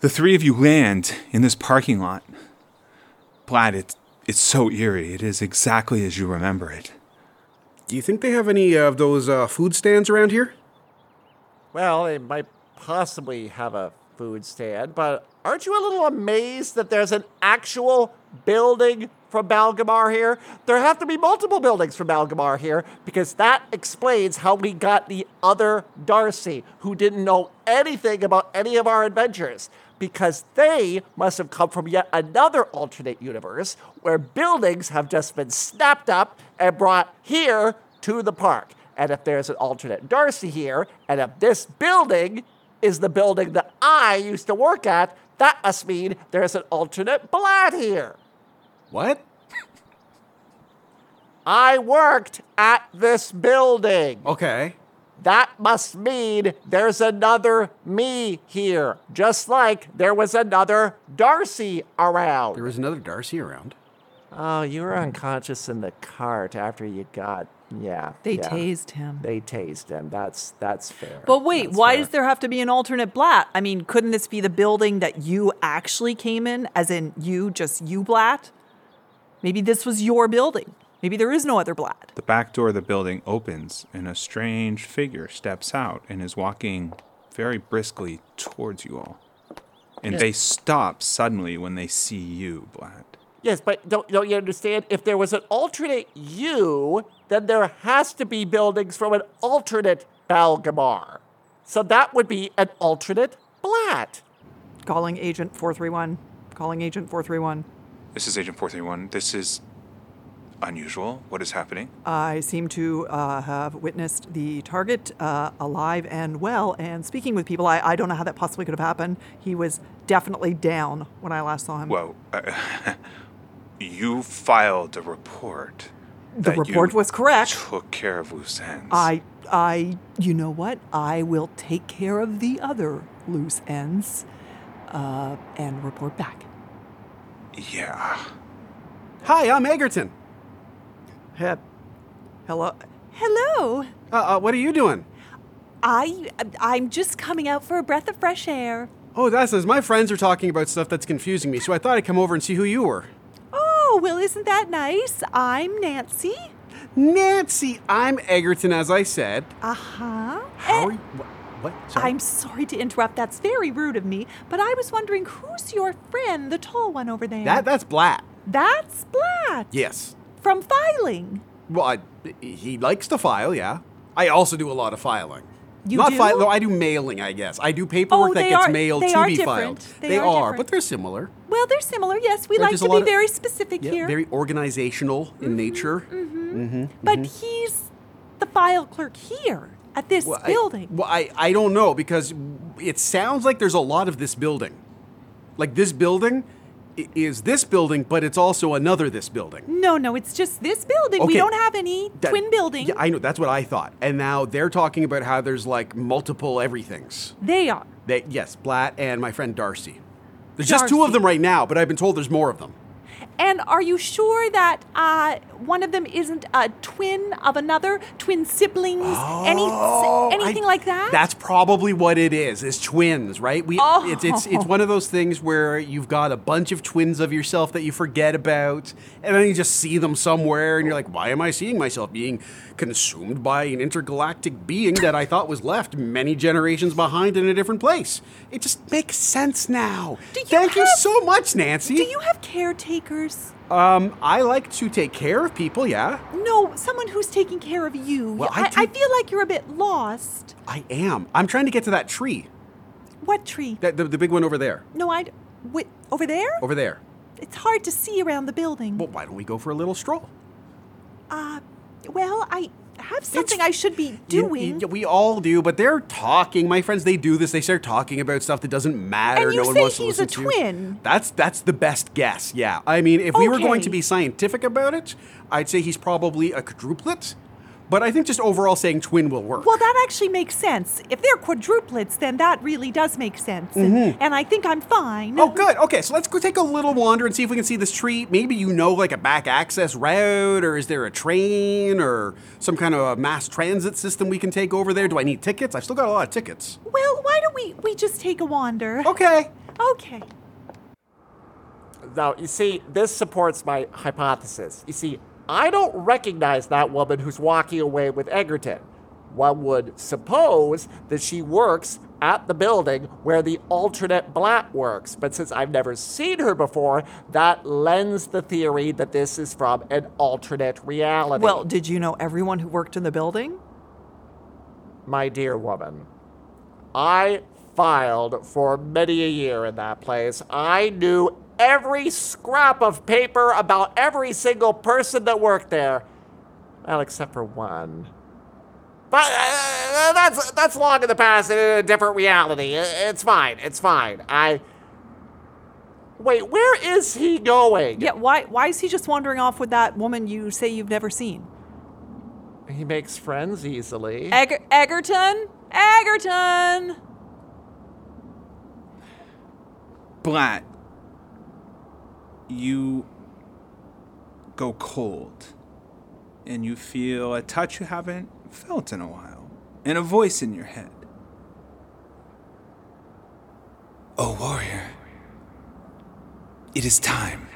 Speaker 7: The three of you land in this parking lot. Platt, it's, it's so eerie. It is exactly as you remember it.
Speaker 5: Do you think they have any of those uh, food stands around here?
Speaker 2: Well, they might possibly have a food stand, but aren't you a little amazed that there's an actual building from Balgamar here? There have to be multiple buildings from Balgamar here because that explains how we got the other Darcy, who didn't know anything about any of our adventures. Because they must have come from yet another alternate universe where buildings have just been snapped up and brought here to the park. And if there's an alternate Darcy here, and if this building is the building that I used to work at, that must mean there's an alternate Blatt here.
Speaker 5: What?
Speaker 2: I worked at this building.
Speaker 5: Okay.
Speaker 2: That must mean there's another me here, just like there was another Darcy around.
Speaker 5: There was another Darcy around.
Speaker 2: Oh, you were unconscious in the cart after you got. Yeah.
Speaker 4: They
Speaker 2: yeah.
Speaker 4: tased him.
Speaker 2: They tased him. That's that's fair.
Speaker 4: But wait, why does there have to be an alternate Blat? I mean, couldn't this be the building that you actually came in, as in you, just you Blat? Maybe this was your building. Maybe there is no other Blat.
Speaker 7: The back door of the building opens, and a strange figure steps out and is walking very briskly towards you all. And
Speaker 2: Yeah.
Speaker 7: they stop suddenly when they see you, Blatt.
Speaker 2: Yes, but don't, don't you understand? If there was an alternate you, then there has to be buildings from an alternate Balgamar. So that would be an alternate Blat.
Speaker 4: Calling Agent 431. Calling Agent 431.
Speaker 7: This is Agent 431. This is unusual. What is happening?
Speaker 4: I seem to uh, have witnessed the target uh, alive and well and speaking with people. I, I don't know how that possibly could have happened. He was definitely down when I last saw him.
Speaker 7: Well, uh, you filed a report.
Speaker 4: The
Speaker 7: that
Speaker 4: report
Speaker 7: you
Speaker 4: was correct.
Speaker 7: Took care of loose ends.
Speaker 4: I, I, you know what? I will take care of the other loose ends uh, and report back.
Speaker 7: Yeah.
Speaker 5: Hi, I'm Egerton.
Speaker 4: Hep. Hello. Hello.
Speaker 5: Uh, uh, what are you doing?
Speaker 15: I I'm just coming out for a breath of fresh air.
Speaker 5: Oh, that's as my friends are talking about stuff that's confusing me, so I thought I'd come over and see who you were.
Speaker 15: Oh, well, isn't that nice? I'm Nancy.
Speaker 5: Nancy, I'm Egerton, as I said.
Speaker 15: Uh huh.
Speaker 5: How are you? What? what? Sorry.
Speaker 15: I'm sorry to interrupt. That's very rude of me. But I was wondering who's your friend, the tall one over there.
Speaker 5: That, that's Blatt.
Speaker 15: That's Blat
Speaker 5: Yes.
Speaker 15: from filing.
Speaker 5: Well, I, he likes to file, yeah. I also do a lot of filing.
Speaker 15: You
Speaker 5: Not
Speaker 15: do?
Speaker 5: filing, though I do mailing, I guess. I do paperwork
Speaker 15: Oh,
Speaker 5: that
Speaker 15: they
Speaker 5: gets
Speaker 15: are-
Speaker 5: mailed
Speaker 15: they
Speaker 5: to
Speaker 15: are
Speaker 5: be
Speaker 15: different.
Speaker 5: filed.
Speaker 15: They
Speaker 5: They
Speaker 15: are
Speaker 5: are,
Speaker 15: different.
Speaker 5: but they're similar.
Speaker 15: Well, they're similar. Yes, we
Speaker 5: They're
Speaker 15: like
Speaker 5: just
Speaker 15: to
Speaker 5: a lot
Speaker 15: be
Speaker 5: of-
Speaker 15: very specific
Speaker 5: Yeah,
Speaker 15: here.
Speaker 5: very organizational in nature. Mm-hmm.
Speaker 15: but he's the file clerk here at this
Speaker 5: Well, I-
Speaker 15: building.
Speaker 5: well, I, I don't know because it sounds like there's a lot of this building. Like this building i- is this building, but it's also another this building.
Speaker 15: no, no, it's just this building. We
Speaker 5: Okay.
Speaker 15: don't have any
Speaker 5: That-
Speaker 15: twin buildings.
Speaker 5: Yeah, I know. That's what I thought. And now they're talking about how there's like multiple everythings.
Speaker 15: They are.
Speaker 5: They, yes, Blatt and my friend Darcy. There's just two of them right now, but I've been told there's more of them.
Speaker 16: And are you sure that uh, one of them isn't a twin of another, twin siblings,
Speaker 5: Oh,
Speaker 16: any, anything
Speaker 5: I-
Speaker 16: like that?
Speaker 5: That's probably what it is. Is twins, right? We
Speaker 16: Oh.
Speaker 5: it's it's it's one of those things where you've got a bunch of twins of yourself that you forget about, and then you just see them somewhere, and you're like, why am I seeing myself being consumed by an intergalactic being that I thought was left many generations behind in a different place? It just makes sense now. Thank you so much, Nancy. Do you
Speaker 16: have caretakers?
Speaker 5: Um, I like to take care of people. Yeah.
Speaker 16: No, someone who's taking care of you.
Speaker 5: Well, I
Speaker 16: I, I feel like you're a bit lost.
Speaker 5: I am. I'm trying to get to that tree.
Speaker 16: What tree?
Speaker 5: That, the, the big one over there.
Speaker 16: No, I. Wait, over there?
Speaker 5: Over there.
Speaker 16: It's hard to see around the building.
Speaker 5: Well, why don't we go for a little stroll?
Speaker 16: Uh, well, I have something I should be doing.
Speaker 5: Y- y- we all do, but they're talking. My friends, they do this. They start talking about stuff that doesn't matter.
Speaker 16: and you
Speaker 5: no one
Speaker 16: say
Speaker 5: wants to
Speaker 16: he's
Speaker 5: listen
Speaker 16: a
Speaker 5: to.
Speaker 16: twin.
Speaker 5: That's that's the best guess. Yeah, I mean, if we were going
Speaker 16: Okay.
Speaker 5: to be scientific about it, I'd say he's probably a quadruplet. But I think just overall saying twin will work.
Speaker 16: Well, that actually makes sense. If they're quadruplets, then that really does make sense. And-
Speaker 5: Mhm.
Speaker 16: and I think I'm fine.
Speaker 5: Oh, good. Okay, so let's go take a little wander and see if we can see this tree. Maybe you know like a back access route, or is there a train, or some kind of a mass transit system we can take over there? Do I need tickets? I've still got a lot of tickets.
Speaker 16: Well, why don't we we just take a wander?
Speaker 5: Okay.
Speaker 16: Okay.
Speaker 2: Now, you see, this supports my hypothesis. You see, I don't recognize that woman who's walking away with Egerton. One would suppose that she works at the building where the alternate Blatt works, but since I've never seen her before, that lends the theory that this is from an alternate reality.
Speaker 4: Well, did you know everyone who worked in the building?
Speaker 2: my dear woman, I filed for many a year in that place. I knew every scrap of paper about every single person that worked there. Well, except for one. But uh, that's that's long in the past in a different reality. I- It's fine. It's fine. I Wait, where is he going?
Speaker 4: Yeah, why why is he just wandering off with that woman you say you've never seen?
Speaker 2: he makes friends easily.
Speaker 4: Egger Egerton? Egerton!
Speaker 7: Blatt, you go cold and you feel a touch you haven't felt in a while and a voice in your head. Oh, warrior, it is time.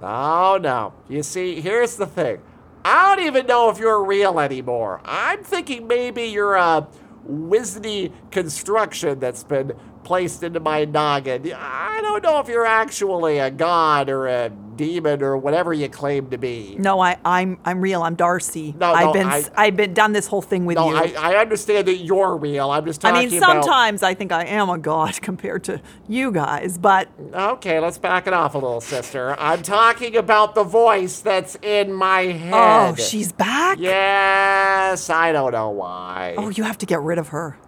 Speaker 2: Oh no. You see, here's the thing. I don't even know if you're real anymore. I'm thinking maybe you're a wizened construction that's been placed into my noggin. I don't know if you're actually a god or a demon or whatever you claim to be.
Speaker 4: No, I, I'm I'm real. I'm Darcy.
Speaker 2: No,
Speaker 4: I've
Speaker 2: no,
Speaker 4: been
Speaker 2: I-
Speaker 4: s- I've been done this whole thing with
Speaker 2: No,
Speaker 4: you.
Speaker 2: I, I understand that you're real. I'm just
Speaker 4: I
Speaker 2: talking
Speaker 4: mean,
Speaker 2: about-
Speaker 4: sometimes I think I am a god compared to you guys, but
Speaker 2: Okay, let's back it off a little, sister. I'm talking about the voice that's in my
Speaker 4: Oh,
Speaker 2: head.
Speaker 4: she's back?
Speaker 2: Yes, I don't know why.
Speaker 4: oh, you have to get rid of her.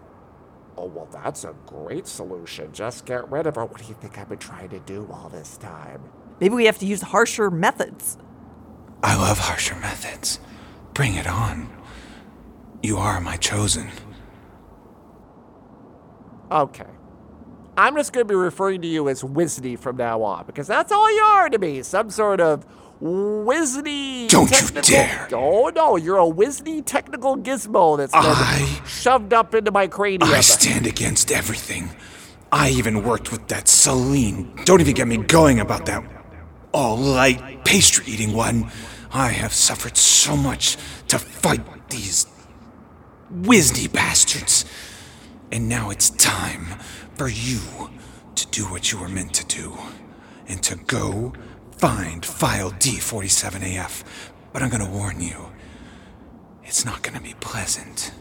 Speaker 2: Oh, well, that's a great solution. Just get rid of her. What do you think I've been trying to do all this time?
Speaker 4: Maybe we have to use harsher methods.
Speaker 7: I love harsher methods. Bring it on. You are my chosen.
Speaker 2: Okay. I'm just going to be referring to you as Wisney from now on because that's all you are to me. Some sort of Wisney. Don't you dare. Oh, no. You're a Wisney technical gizmo that's been shoved up into my cranium.
Speaker 7: I stand against everything. I even worked with that Celine. Don't even get me going about that all light pastry eating one. I have suffered so much to fight these Wisney bastards. And now it's time for you to do what you were meant to do and to go find file D47AF. But I'm going to warn you, it's not going to be pleasant.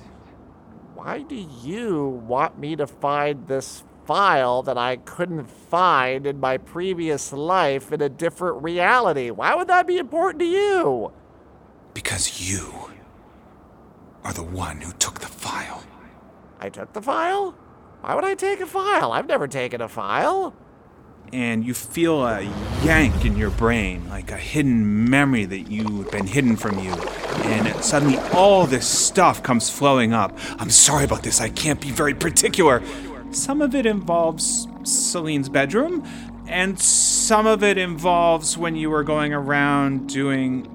Speaker 2: Why do you want me to find this file that I couldn't find in my previous life in a different reality? Why would that be important to you?
Speaker 7: Because you are the one who took the file.
Speaker 2: I took the file? Why would I take a file? I've never taken a file.
Speaker 3: and you feel a yank in your brain, like a hidden memory that you've been hidden from you. And suddenly all this stuff comes flowing up. I'm sorry about this, I can't be very particular. Some of it involves Celine's bedroom, and
Speaker 7: Some of it involves when you were going around doing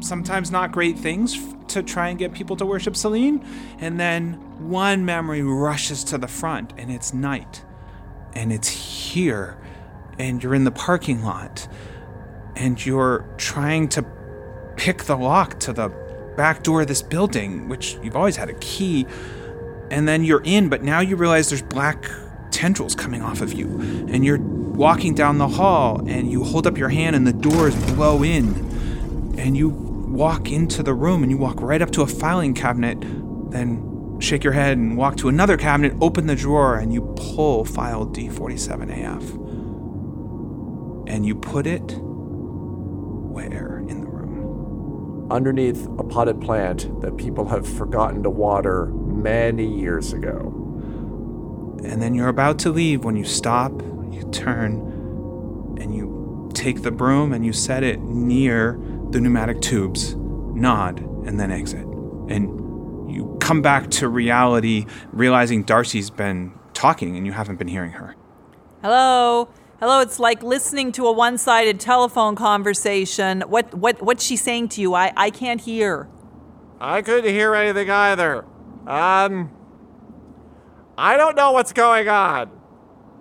Speaker 7: sometimes not great things f- to try and get people to worship Selene, and then one memory rushes to the front, and it's night, and it's here, and you're in the parking lot, and you're trying to pick the lock to the back door of this building, which you've always had a key, and then you're in, but now you realize there's black tendrils coming off of you, and you're walking down the hall, and you hold up your hand, and the doors blow in, and you walk into the room, and you walk right up to a filing cabinet, then shake your head and walk to another cabinet, open the drawer, and you pull file D47AF. And you put it where? In the
Speaker 17: underneath a potted plant that people have forgotten to water many years ago.
Speaker 7: And then you're about to leave when you stop, you turn, and you take the broom and you set it near the pneumatic tubes, nod, and then exit. And you come back to reality, realizing Darcy's been talking and you haven't been hearing her.
Speaker 4: Hello. Hello, it's like listening to a one-sided telephone conversation. What what what's she saying to you? I I can't hear.
Speaker 2: I couldn't hear anything either. Um, I don't know what's going on.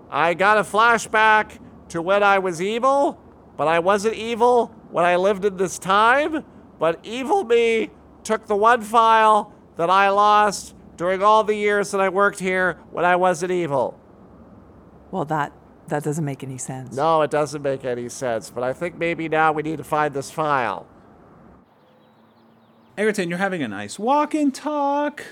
Speaker 2: I got a flashback to when I was evil, but I wasn't evil when I lived in this time. But evil me took the one file that I lost during all the years that I worked here when I wasn't evil.
Speaker 4: Well, that that doesn't make any sense.
Speaker 2: No, it doesn't make any sense, but I think maybe now we need to find this file.
Speaker 7: Egerton, you're having a nice walk and talk.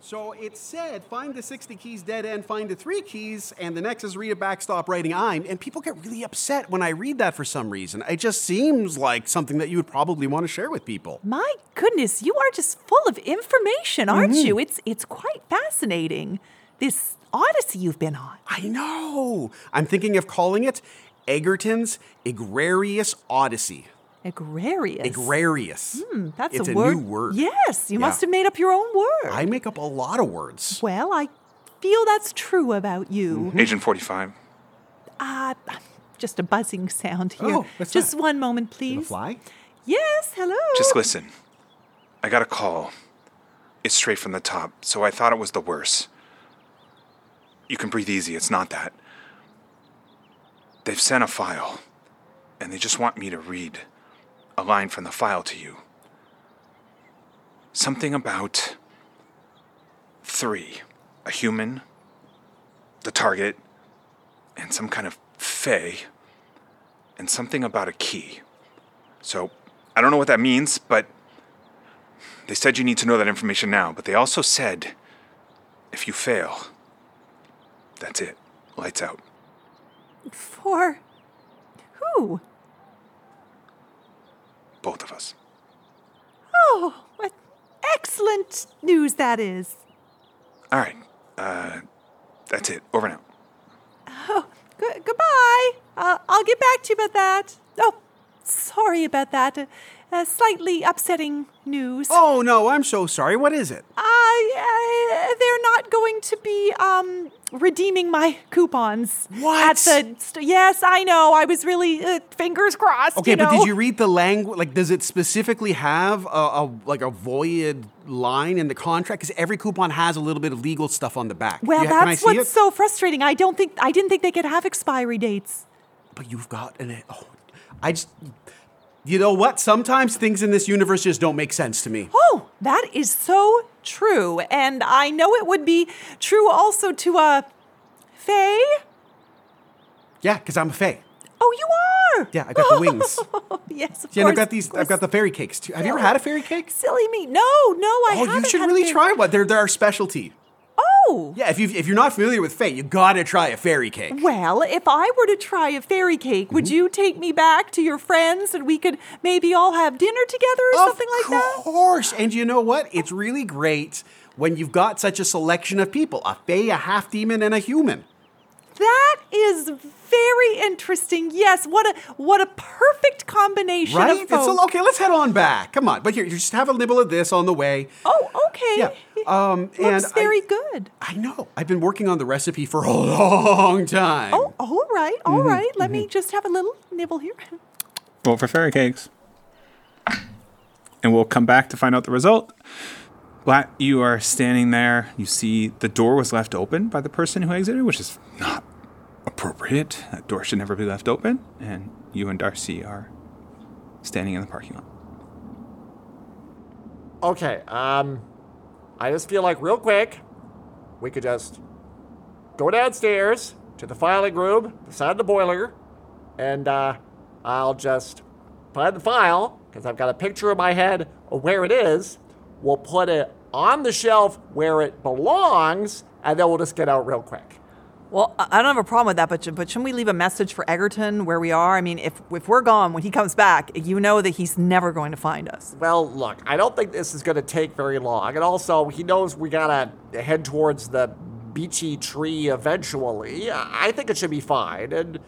Speaker 5: So it said find the 60 keys dead end, find the three keys, and the next is read a backstop writing I'm. And people get really upset when I read that for some reason. It just seems like something that you would probably want to share with people.
Speaker 4: My goodness, you are just full of information, aren't
Speaker 5: Mhm.
Speaker 4: you? It's it's quite fascinating. This odyssey you've been on.
Speaker 5: I know. I'm thinking of calling it Egerton's Agrarious Odyssey.
Speaker 4: Agrarious.
Speaker 5: Agrarious.
Speaker 4: Hmm, that's
Speaker 5: It's
Speaker 4: a
Speaker 5: a
Speaker 4: word.
Speaker 5: new word.
Speaker 4: Yes, you
Speaker 5: Yeah.
Speaker 4: must have made up your own word.
Speaker 5: I make up a lot of words.
Speaker 4: Well, I feel that's true about you.
Speaker 5: Mm-hmm.
Speaker 7: Agent 45.
Speaker 4: Uh, just a buzzing sound here.
Speaker 7: Oh, what's
Speaker 4: just one moment, please.
Speaker 5: fly?
Speaker 4: Yes, hello.
Speaker 7: Just listen. I got a call. It's straight from the top, so I thought it was the worst. You can breathe easy, it's not that. They've sent a file, and they just want me to read a line from the file to you. Something about three a human, the target, and some kind of fey, and something about a key. So I don't know what that means, but they said you need to know that information now. But they also said if you fail, that's it. Lights out.
Speaker 4: For who?
Speaker 7: Both of us.
Speaker 4: Oh, what excellent news that is.
Speaker 7: All right. Uh, that's it. Over now.
Speaker 4: Oh, good, goodbye. Uh, I'll get back to you about that. Oh, sorry about that. Uh, uh, slightly upsetting news.
Speaker 5: Oh, no, I'm so sorry. What is it?
Speaker 4: I, I- they're not going to be um, redeeming my coupons. What? At the st- yes, I know. I was really uh, fingers crossed.
Speaker 5: Okay,
Speaker 4: you know?
Speaker 5: but did you read the language? Like, does it specifically have a, a like a void line in the contract? Because every coupon has a little bit of legal stuff on the back.
Speaker 4: Well,
Speaker 5: You- can I
Speaker 4: that's
Speaker 5: see
Speaker 4: what's
Speaker 5: it?
Speaker 4: so frustrating. I don't think I didn't think they could have expiry dates.
Speaker 5: But you've got an. Oh, I just. You know what? Sometimes things in this universe just don't make sense to me.
Speaker 4: Oh, that is so true, and I know it would be true also to uh, Faye.
Speaker 5: Yeah, because I'm a fae.
Speaker 4: Oh, you are.
Speaker 5: Yeah, I got the wings.
Speaker 4: yes, of
Speaker 5: yeah,
Speaker 4: course.
Speaker 5: and I've got these. I've got the fairy cakes too. Have you ever had a fairy cake?
Speaker 4: Silly me. No, no, I
Speaker 5: Oh, you
Speaker 4: haven't
Speaker 5: should
Speaker 4: had a
Speaker 5: really
Speaker 4: fairy-
Speaker 5: try one. They're they're our specialty.
Speaker 4: Oh.
Speaker 5: Yeah, if you if you're not familiar with fae, you gotta try a fairy cake.
Speaker 4: Well, if I were to try a fairy cake,
Speaker 5: Mm-hmm.
Speaker 4: would you take me back to your friends and we could maybe all have dinner together or something like that?
Speaker 5: Of course. And you know what? It's really great when you've got such a selection of people a fae, a half demon, and a human.
Speaker 4: That is very interesting. Yes, what a what a perfect combination
Speaker 5: Right?
Speaker 4: of
Speaker 5: It's
Speaker 4: folks.
Speaker 5: a, okay, let's head on back. Come on. But here, you just have a nibble of this on the way.
Speaker 4: Oh, okay.
Speaker 5: Yeah. Um, and
Speaker 4: Looks
Speaker 5: I-
Speaker 4: very good.
Speaker 5: I know. I've been working on the recipe for a long time. Oh,
Speaker 18: All right, all
Speaker 7: Mhm,
Speaker 18: right. Let me just have a little nibble here.
Speaker 7: Vote for fairy cakes. And we'll come back to find out the result. Blat, you are standing there. You see the door was left open by the person who exited, which is not appropriate. That door should never be left open. And you and Darcy are standing in the parking lot.
Speaker 2: Okay, um, I just feel like real quick, we could just go downstairs to the filing room beside the boiler, and uh, I'll just find the file because I've got a picture in my head of where it is. We'll put it on the shelf where it belongs, and then we'll just get out real quick.
Speaker 4: Well, I I don't have a problem with that, but, sh- but shouldn't we leave a message for Egerton where we are? I mean, if, if we're gone, when he comes back, you know that he's never going to find us.
Speaker 2: Well, look, I don't think this is going to take very long. And also, he knows we got to head towards the beachy tree eventually. I I think it should be fine. And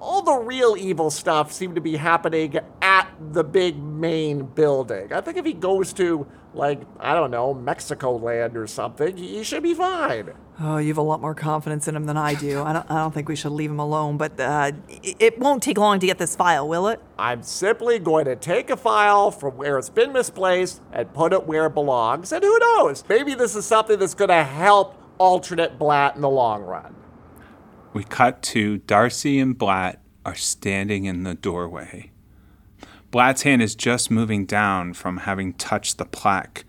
Speaker 2: all the real evil stuff seemed to be happening at the big main building. I think if he goes to, like, I don't know, Mexico land or something, he he should be fine.
Speaker 4: Oh, you have a lot more confidence in him than I do. I don't, I don't think we should leave him alone, but uh, it, it won't take long to get this file, will it?
Speaker 2: I'm simply going to take a file from where it's been misplaced and put it where it belongs. And who knows? Maybe this is something that's going to help alternate Blatt in the long run.
Speaker 7: We cut to Darcy and Blatt are standing in the doorway. Blatt's hand is just moving down from having touched the plaque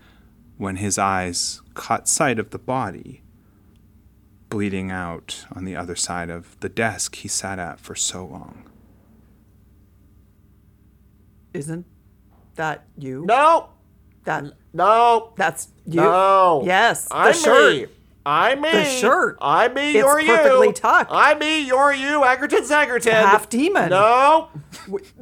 Speaker 7: when his eyes caught sight of the body bleeding out on the other side of the desk he sat at for so long.
Speaker 4: Isn't that you?
Speaker 2: No.
Speaker 4: That
Speaker 2: no.
Speaker 4: That's you.
Speaker 2: No.
Speaker 4: Yes.
Speaker 2: I'm
Speaker 4: the shirt.
Speaker 2: me. I me.
Speaker 4: The shirt.
Speaker 2: I me.
Speaker 4: It's
Speaker 2: You're you.
Speaker 4: perfectly tucked.
Speaker 2: I me. You're you. Egerton Egerton.
Speaker 4: Half demon.
Speaker 2: No.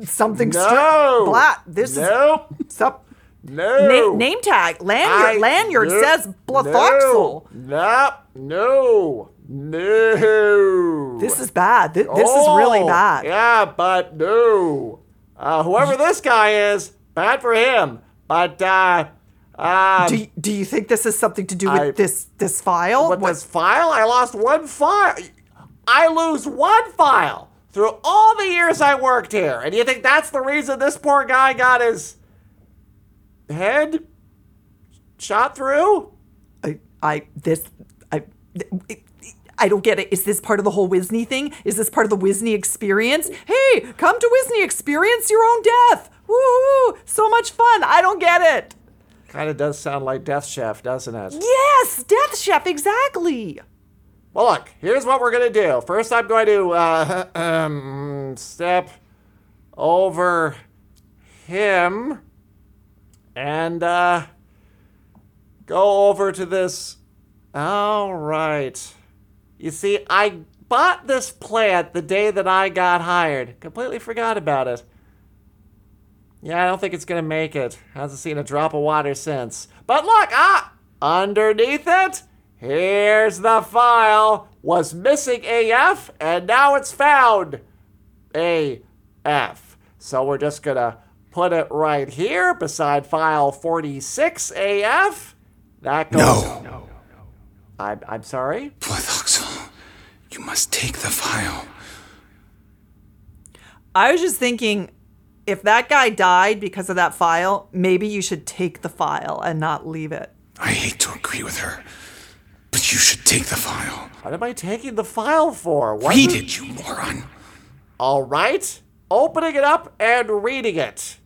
Speaker 4: Something
Speaker 2: no.
Speaker 4: stri- Blatt, this is-
Speaker 2: nope.
Speaker 4: is. Sup.
Speaker 2: No.
Speaker 4: Na- name tag. Lanyard.
Speaker 2: I-
Speaker 4: lanyard
Speaker 2: no,
Speaker 4: says Blathoxel.
Speaker 2: No. No. No. no.
Speaker 4: This is bad. Thi- this is really
Speaker 2: Oh,
Speaker 4: bad.
Speaker 2: Yeah, but no. Uh, whoever this guy is, bad for him. But uh, uh,
Speaker 4: do, you, do you think this has something to do with
Speaker 2: I-
Speaker 4: this this file?
Speaker 2: With this file, I lost one file. I lose one file through all the years I worked here, and you think that's the reason this poor guy got his head shot through?
Speaker 4: I, I this I I don't get it. Is this part of the whole Wisney thing? Is this part of the Wisney experience? Hey, come to Wisney, experience your own death. Woohoo! So much fun. I don't get it.
Speaker 2: Kind of does sound like Death Chef, doesn't it?
Speaker 4: Yes, Death Chef, exactly.
Speaker 2: Well, look, here's what we're gonna do. First, I'm going to uh, um, step over him and uh, go over to this. All right. You see, I bought this plant the day that I got hired. Completely forgot about it. Yeah, I don't think it's gonna make it. Hasn't seen a drop of water since. But look, ah, underneath it, here's the file. Was missing AF, and now it's found. AF. So we're just gonna put it right here beside file 46 AF. That goes. No. I'm, I'm sorry?
Speaker 7: You must take the file.
Speaker 4: I was just thinking if that guy died because of that file, maybe you should take the file and not leave it.
Speaker 7: I hate to agree with her, but you should take the file.
Speaker 2: What am I taking the file for? What
Speaker 7: Read it, you moron.
Speaker 2: All right. Opening it up and reading it.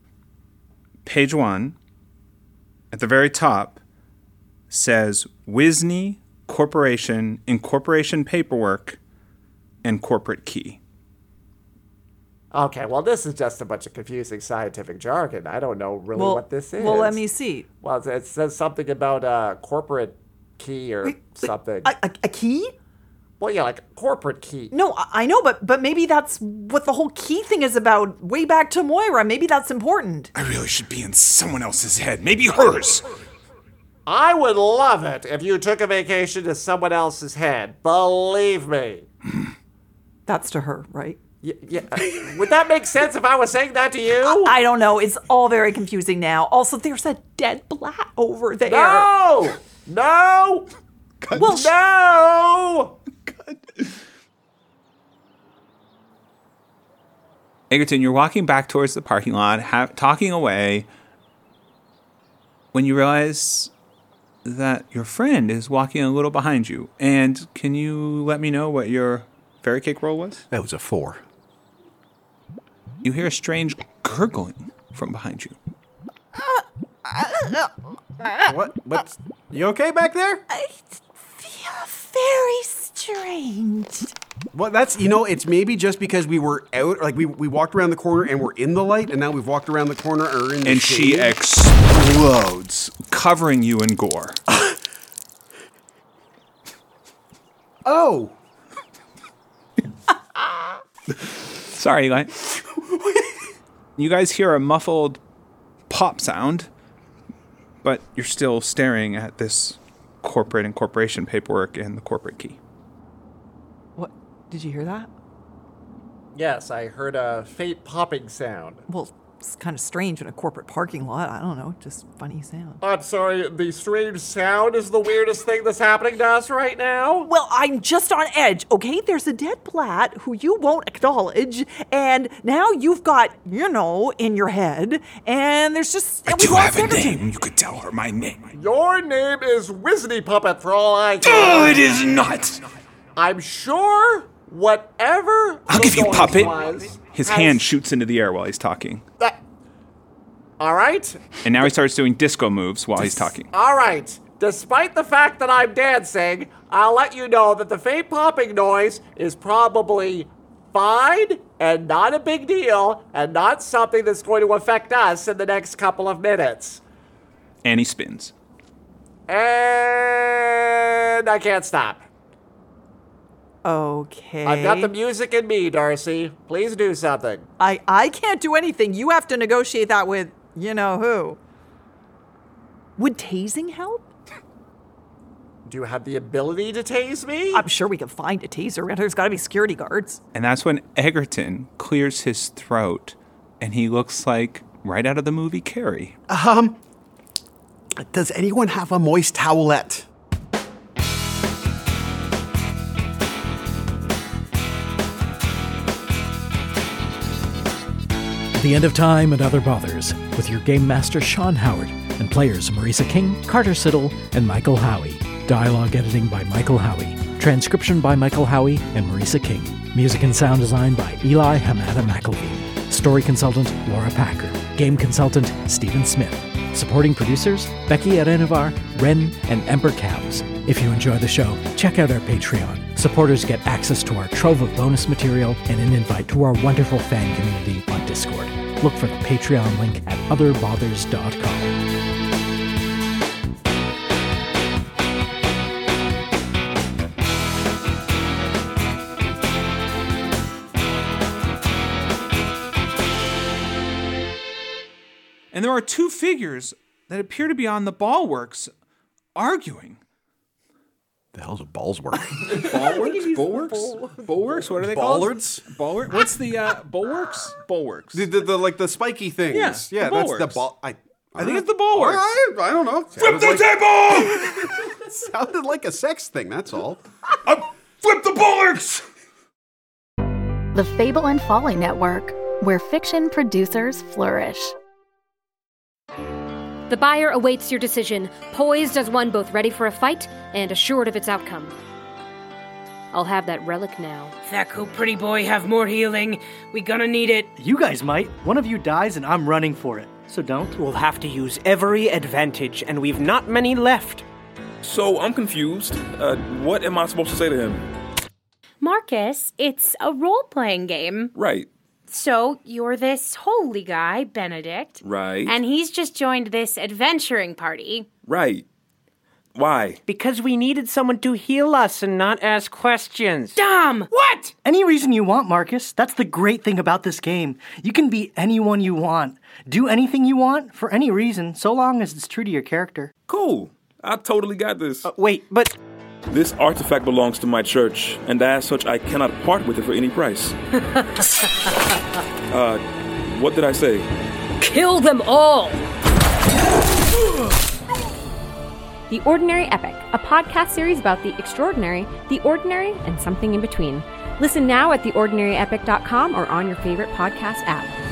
Speaker 7: page one, at the very top, says Wisney Corporation Incorporation Paperwork and Corporate Key.
Speaker 2: Okay, well, this is just a bunch of confusing scientific jargon. I don't know really
Speaker 4: Well-
Speaker 2: what this is.
Speaker 4: well, let me see.
Speaker 2: Well, it- it says something about a corporate key or something.
Speaker 4: A, a key?
Speaker 2: Well, yeah, like corporate key.
Speaker 4: No, I- I know, but but maybe that's what the whole key thing is about. Way back to Moira, maybe that's important.
Speaker 7: I really should be in someone else's head, maybe hers.
Speaker 2: I would love it if you took a vacation to someone else's head. Believe me.
Speaker 4: That's to her, right?
Speaker 2: Y- yeah. Would that make sense if I was saying that to you?
Speaker 4: I, I don't know. It's all very confusing now. Also, there's a dead blat over there.
Speaker 2: No! No!
Speaker 4: Well,
Speaker 2: no!
Speaker 7: Egerton, you're walking back towards the parking lot, ha- talking away, when you realize that your friend is walking a little behind you. And can you let me know what your fairy cake roll was?
Speaker 5: That was a four.
Speaker 7: You hear a strange gurgling from behind you.
Speaker 5: What? What's.
Speaker 4: Uh,
Speaker 5: You okay back there?
Speaker 19: I feel very strange.
Speaker 5: Well, that's you know, it's maybe just because we were out, like we, we walked around the corner and we're in the light, and now we've walked around the corner and are in the
Speaker 7: And she
Speaker 5: shade.
Speaker 7: explodes, covering you in gore.
Speaker 5: oh,
Speaker 7: Sorry, Eli. you guys hear a muffled pop sound, but you're still staring at this corporate incorporation paperwork and the corporate key.
Speaker 4: What? Did you hear that?
Speaker 2: Yes, I heard a faint popping sound.
Speaker 4: Well, it's kind of strange in a corporate parking lot. I don't know, just funny sound.
Speaker 2: I'm sorry, the strange sound is the weirdest thing that's happening to us right now.
Speaker 4: Well, I'm just on edge, okay? There's a dead plat who you won't acknowledge, and now you've got, you know, in your head, and there's just.
Speaker 20: I
Speaker 4: and we
Speaker 20: do
Speaker 4: lost
Speaker 20: have a
Speaker 4: everything.
Speaker 20: name. You could tell her my name.
Speaker 2: Your name is Wizzity Puppet for all I care.
Speaker 20: No, Oh, it is not.
Speaker 2: I'm sure whatever.
Speaker 7: I'll give you
Speaker 2: Lodonis
Speaker 7: puppet.
Speaker 2: was has-
Speaker 7: His hand shoots into the air while he's talking.
Speaker 2: All right,
Speaker 7: And now he starts doing disco moves while he's talking.
Speaker 2: all right. Despite the fact that I'm dancing, I'll let you know that the faint popping noise is probably fine and not a big deal and not something that's going to affect us in the next couple of minutes.
Speaker 7: And he spins.
Speaker 2: And I can't stop.
Speaker 4: Okay.
Speaker 2: I've got the music in me, Darcy. Please do something.
Speaker 4: I, I can't do anything. You have to negotiate that with you know who. Would tasing help?
Speaker 2: Do you have the ability to tase me?
Speaker 4: I'm sure we can find a taser. There's got to be security guards.
Speaker 7: And that's when Egerton clears his throat and he looks like right out of the movie Carrie.
Speaker 5: um, does anyone have a moist towelette?
Speaker 8: The End of Time and Other Bothers, with your game master Sean Howard and players Marisa King, Carter Siddle, and Michael Howie. Dialogue editing by Michael Howie. Transcription by Michael Howie and Marisa King. Music and sound design by Eli Hamada McElveen. Story consultant Laura Packer. Game consultant Stephen Smith. Supporting producers Becky Arenovar, Ren, and Ember Cows. If you enjoy the show, check out our Patreon. Supporters get access to our trove of bonus material and an invite to our wonderful fan community on Discord. Look for the Patreon link at otherbothers.com.
Speaker 20: And there are two figures that appear to be on the ballworks arguing.
Speaker 5: The hell's a balls work?
Speaker 20: Ballworks? Bulwarks? Bulwarks? What are they called?
Speaker 5: Bollards?
Speaker 20: Bulwark? What's the uh, bulwarks? Bulwarks.
Speaker 5: the, the, the like the spiky things.
Speaker 20: Yeah,
Speaker 5: yeah,
Speaker 20: the
Speaker 5: that's the
Speaker 20: bulwarks.
Speaker 5: ball. I,
Speaker 20: I think it's the bulwarks.
Speaker 5: I, I don't know.
Speaker 20: Flip the
Speaker 5: table. sounded like a sex thing. That's all. flip the bulwarks.
Speaker 21: The Fable and Folly Network, where fiction producers flourish.
Speaker 22: The buyer awaits your decision, poised as one both ready for a fight and assured of its outcome. I'll have that relic now.
Speaker 23: Thaku, pretty boy, have more healing. We gonna need it.
Speaker 24: You guys might. One of you dies and I'm running for it. So don't.
Speaker 25: We'll have to use every advantage, and we've not many left.
Speaker 26: So I'm confused. Uh, what am I supposed to say to him?
Speaker 27: Marcus, it's a role playing game.
Speaker 26: Right,
Speaker 27: So you're this holy guy, Benedict,
Speaker 26: right,
Speaker 27: and he's just joined this adventuring party.
Speaker 26: right. Why?
Speaker 25: Because we needed someone to heal us and not ask questions.
Speaker 23: Dumb! What?
Speaker 24: Any reason you want, Marcus. That's the great thing about this game. You can be anyone you want, do anything you want, for any reason, so long as it's true to your character.
Speaker 26: Cool. I totally got this.
Speaker 24: Uh,
Speaker 25: wait, but.
Speaker 26: This artifact belongs to my church, and as such, I cannot part with it for any price. uh, what did I say?
Speaker 22: Kill them all!
Speaker 28: The Ordinary Epic, a podcast series about the extraordinary, the ordinary, and something in between.
Speaker 23: Listen now at theordinaryepic.com or on your favorite podcast app.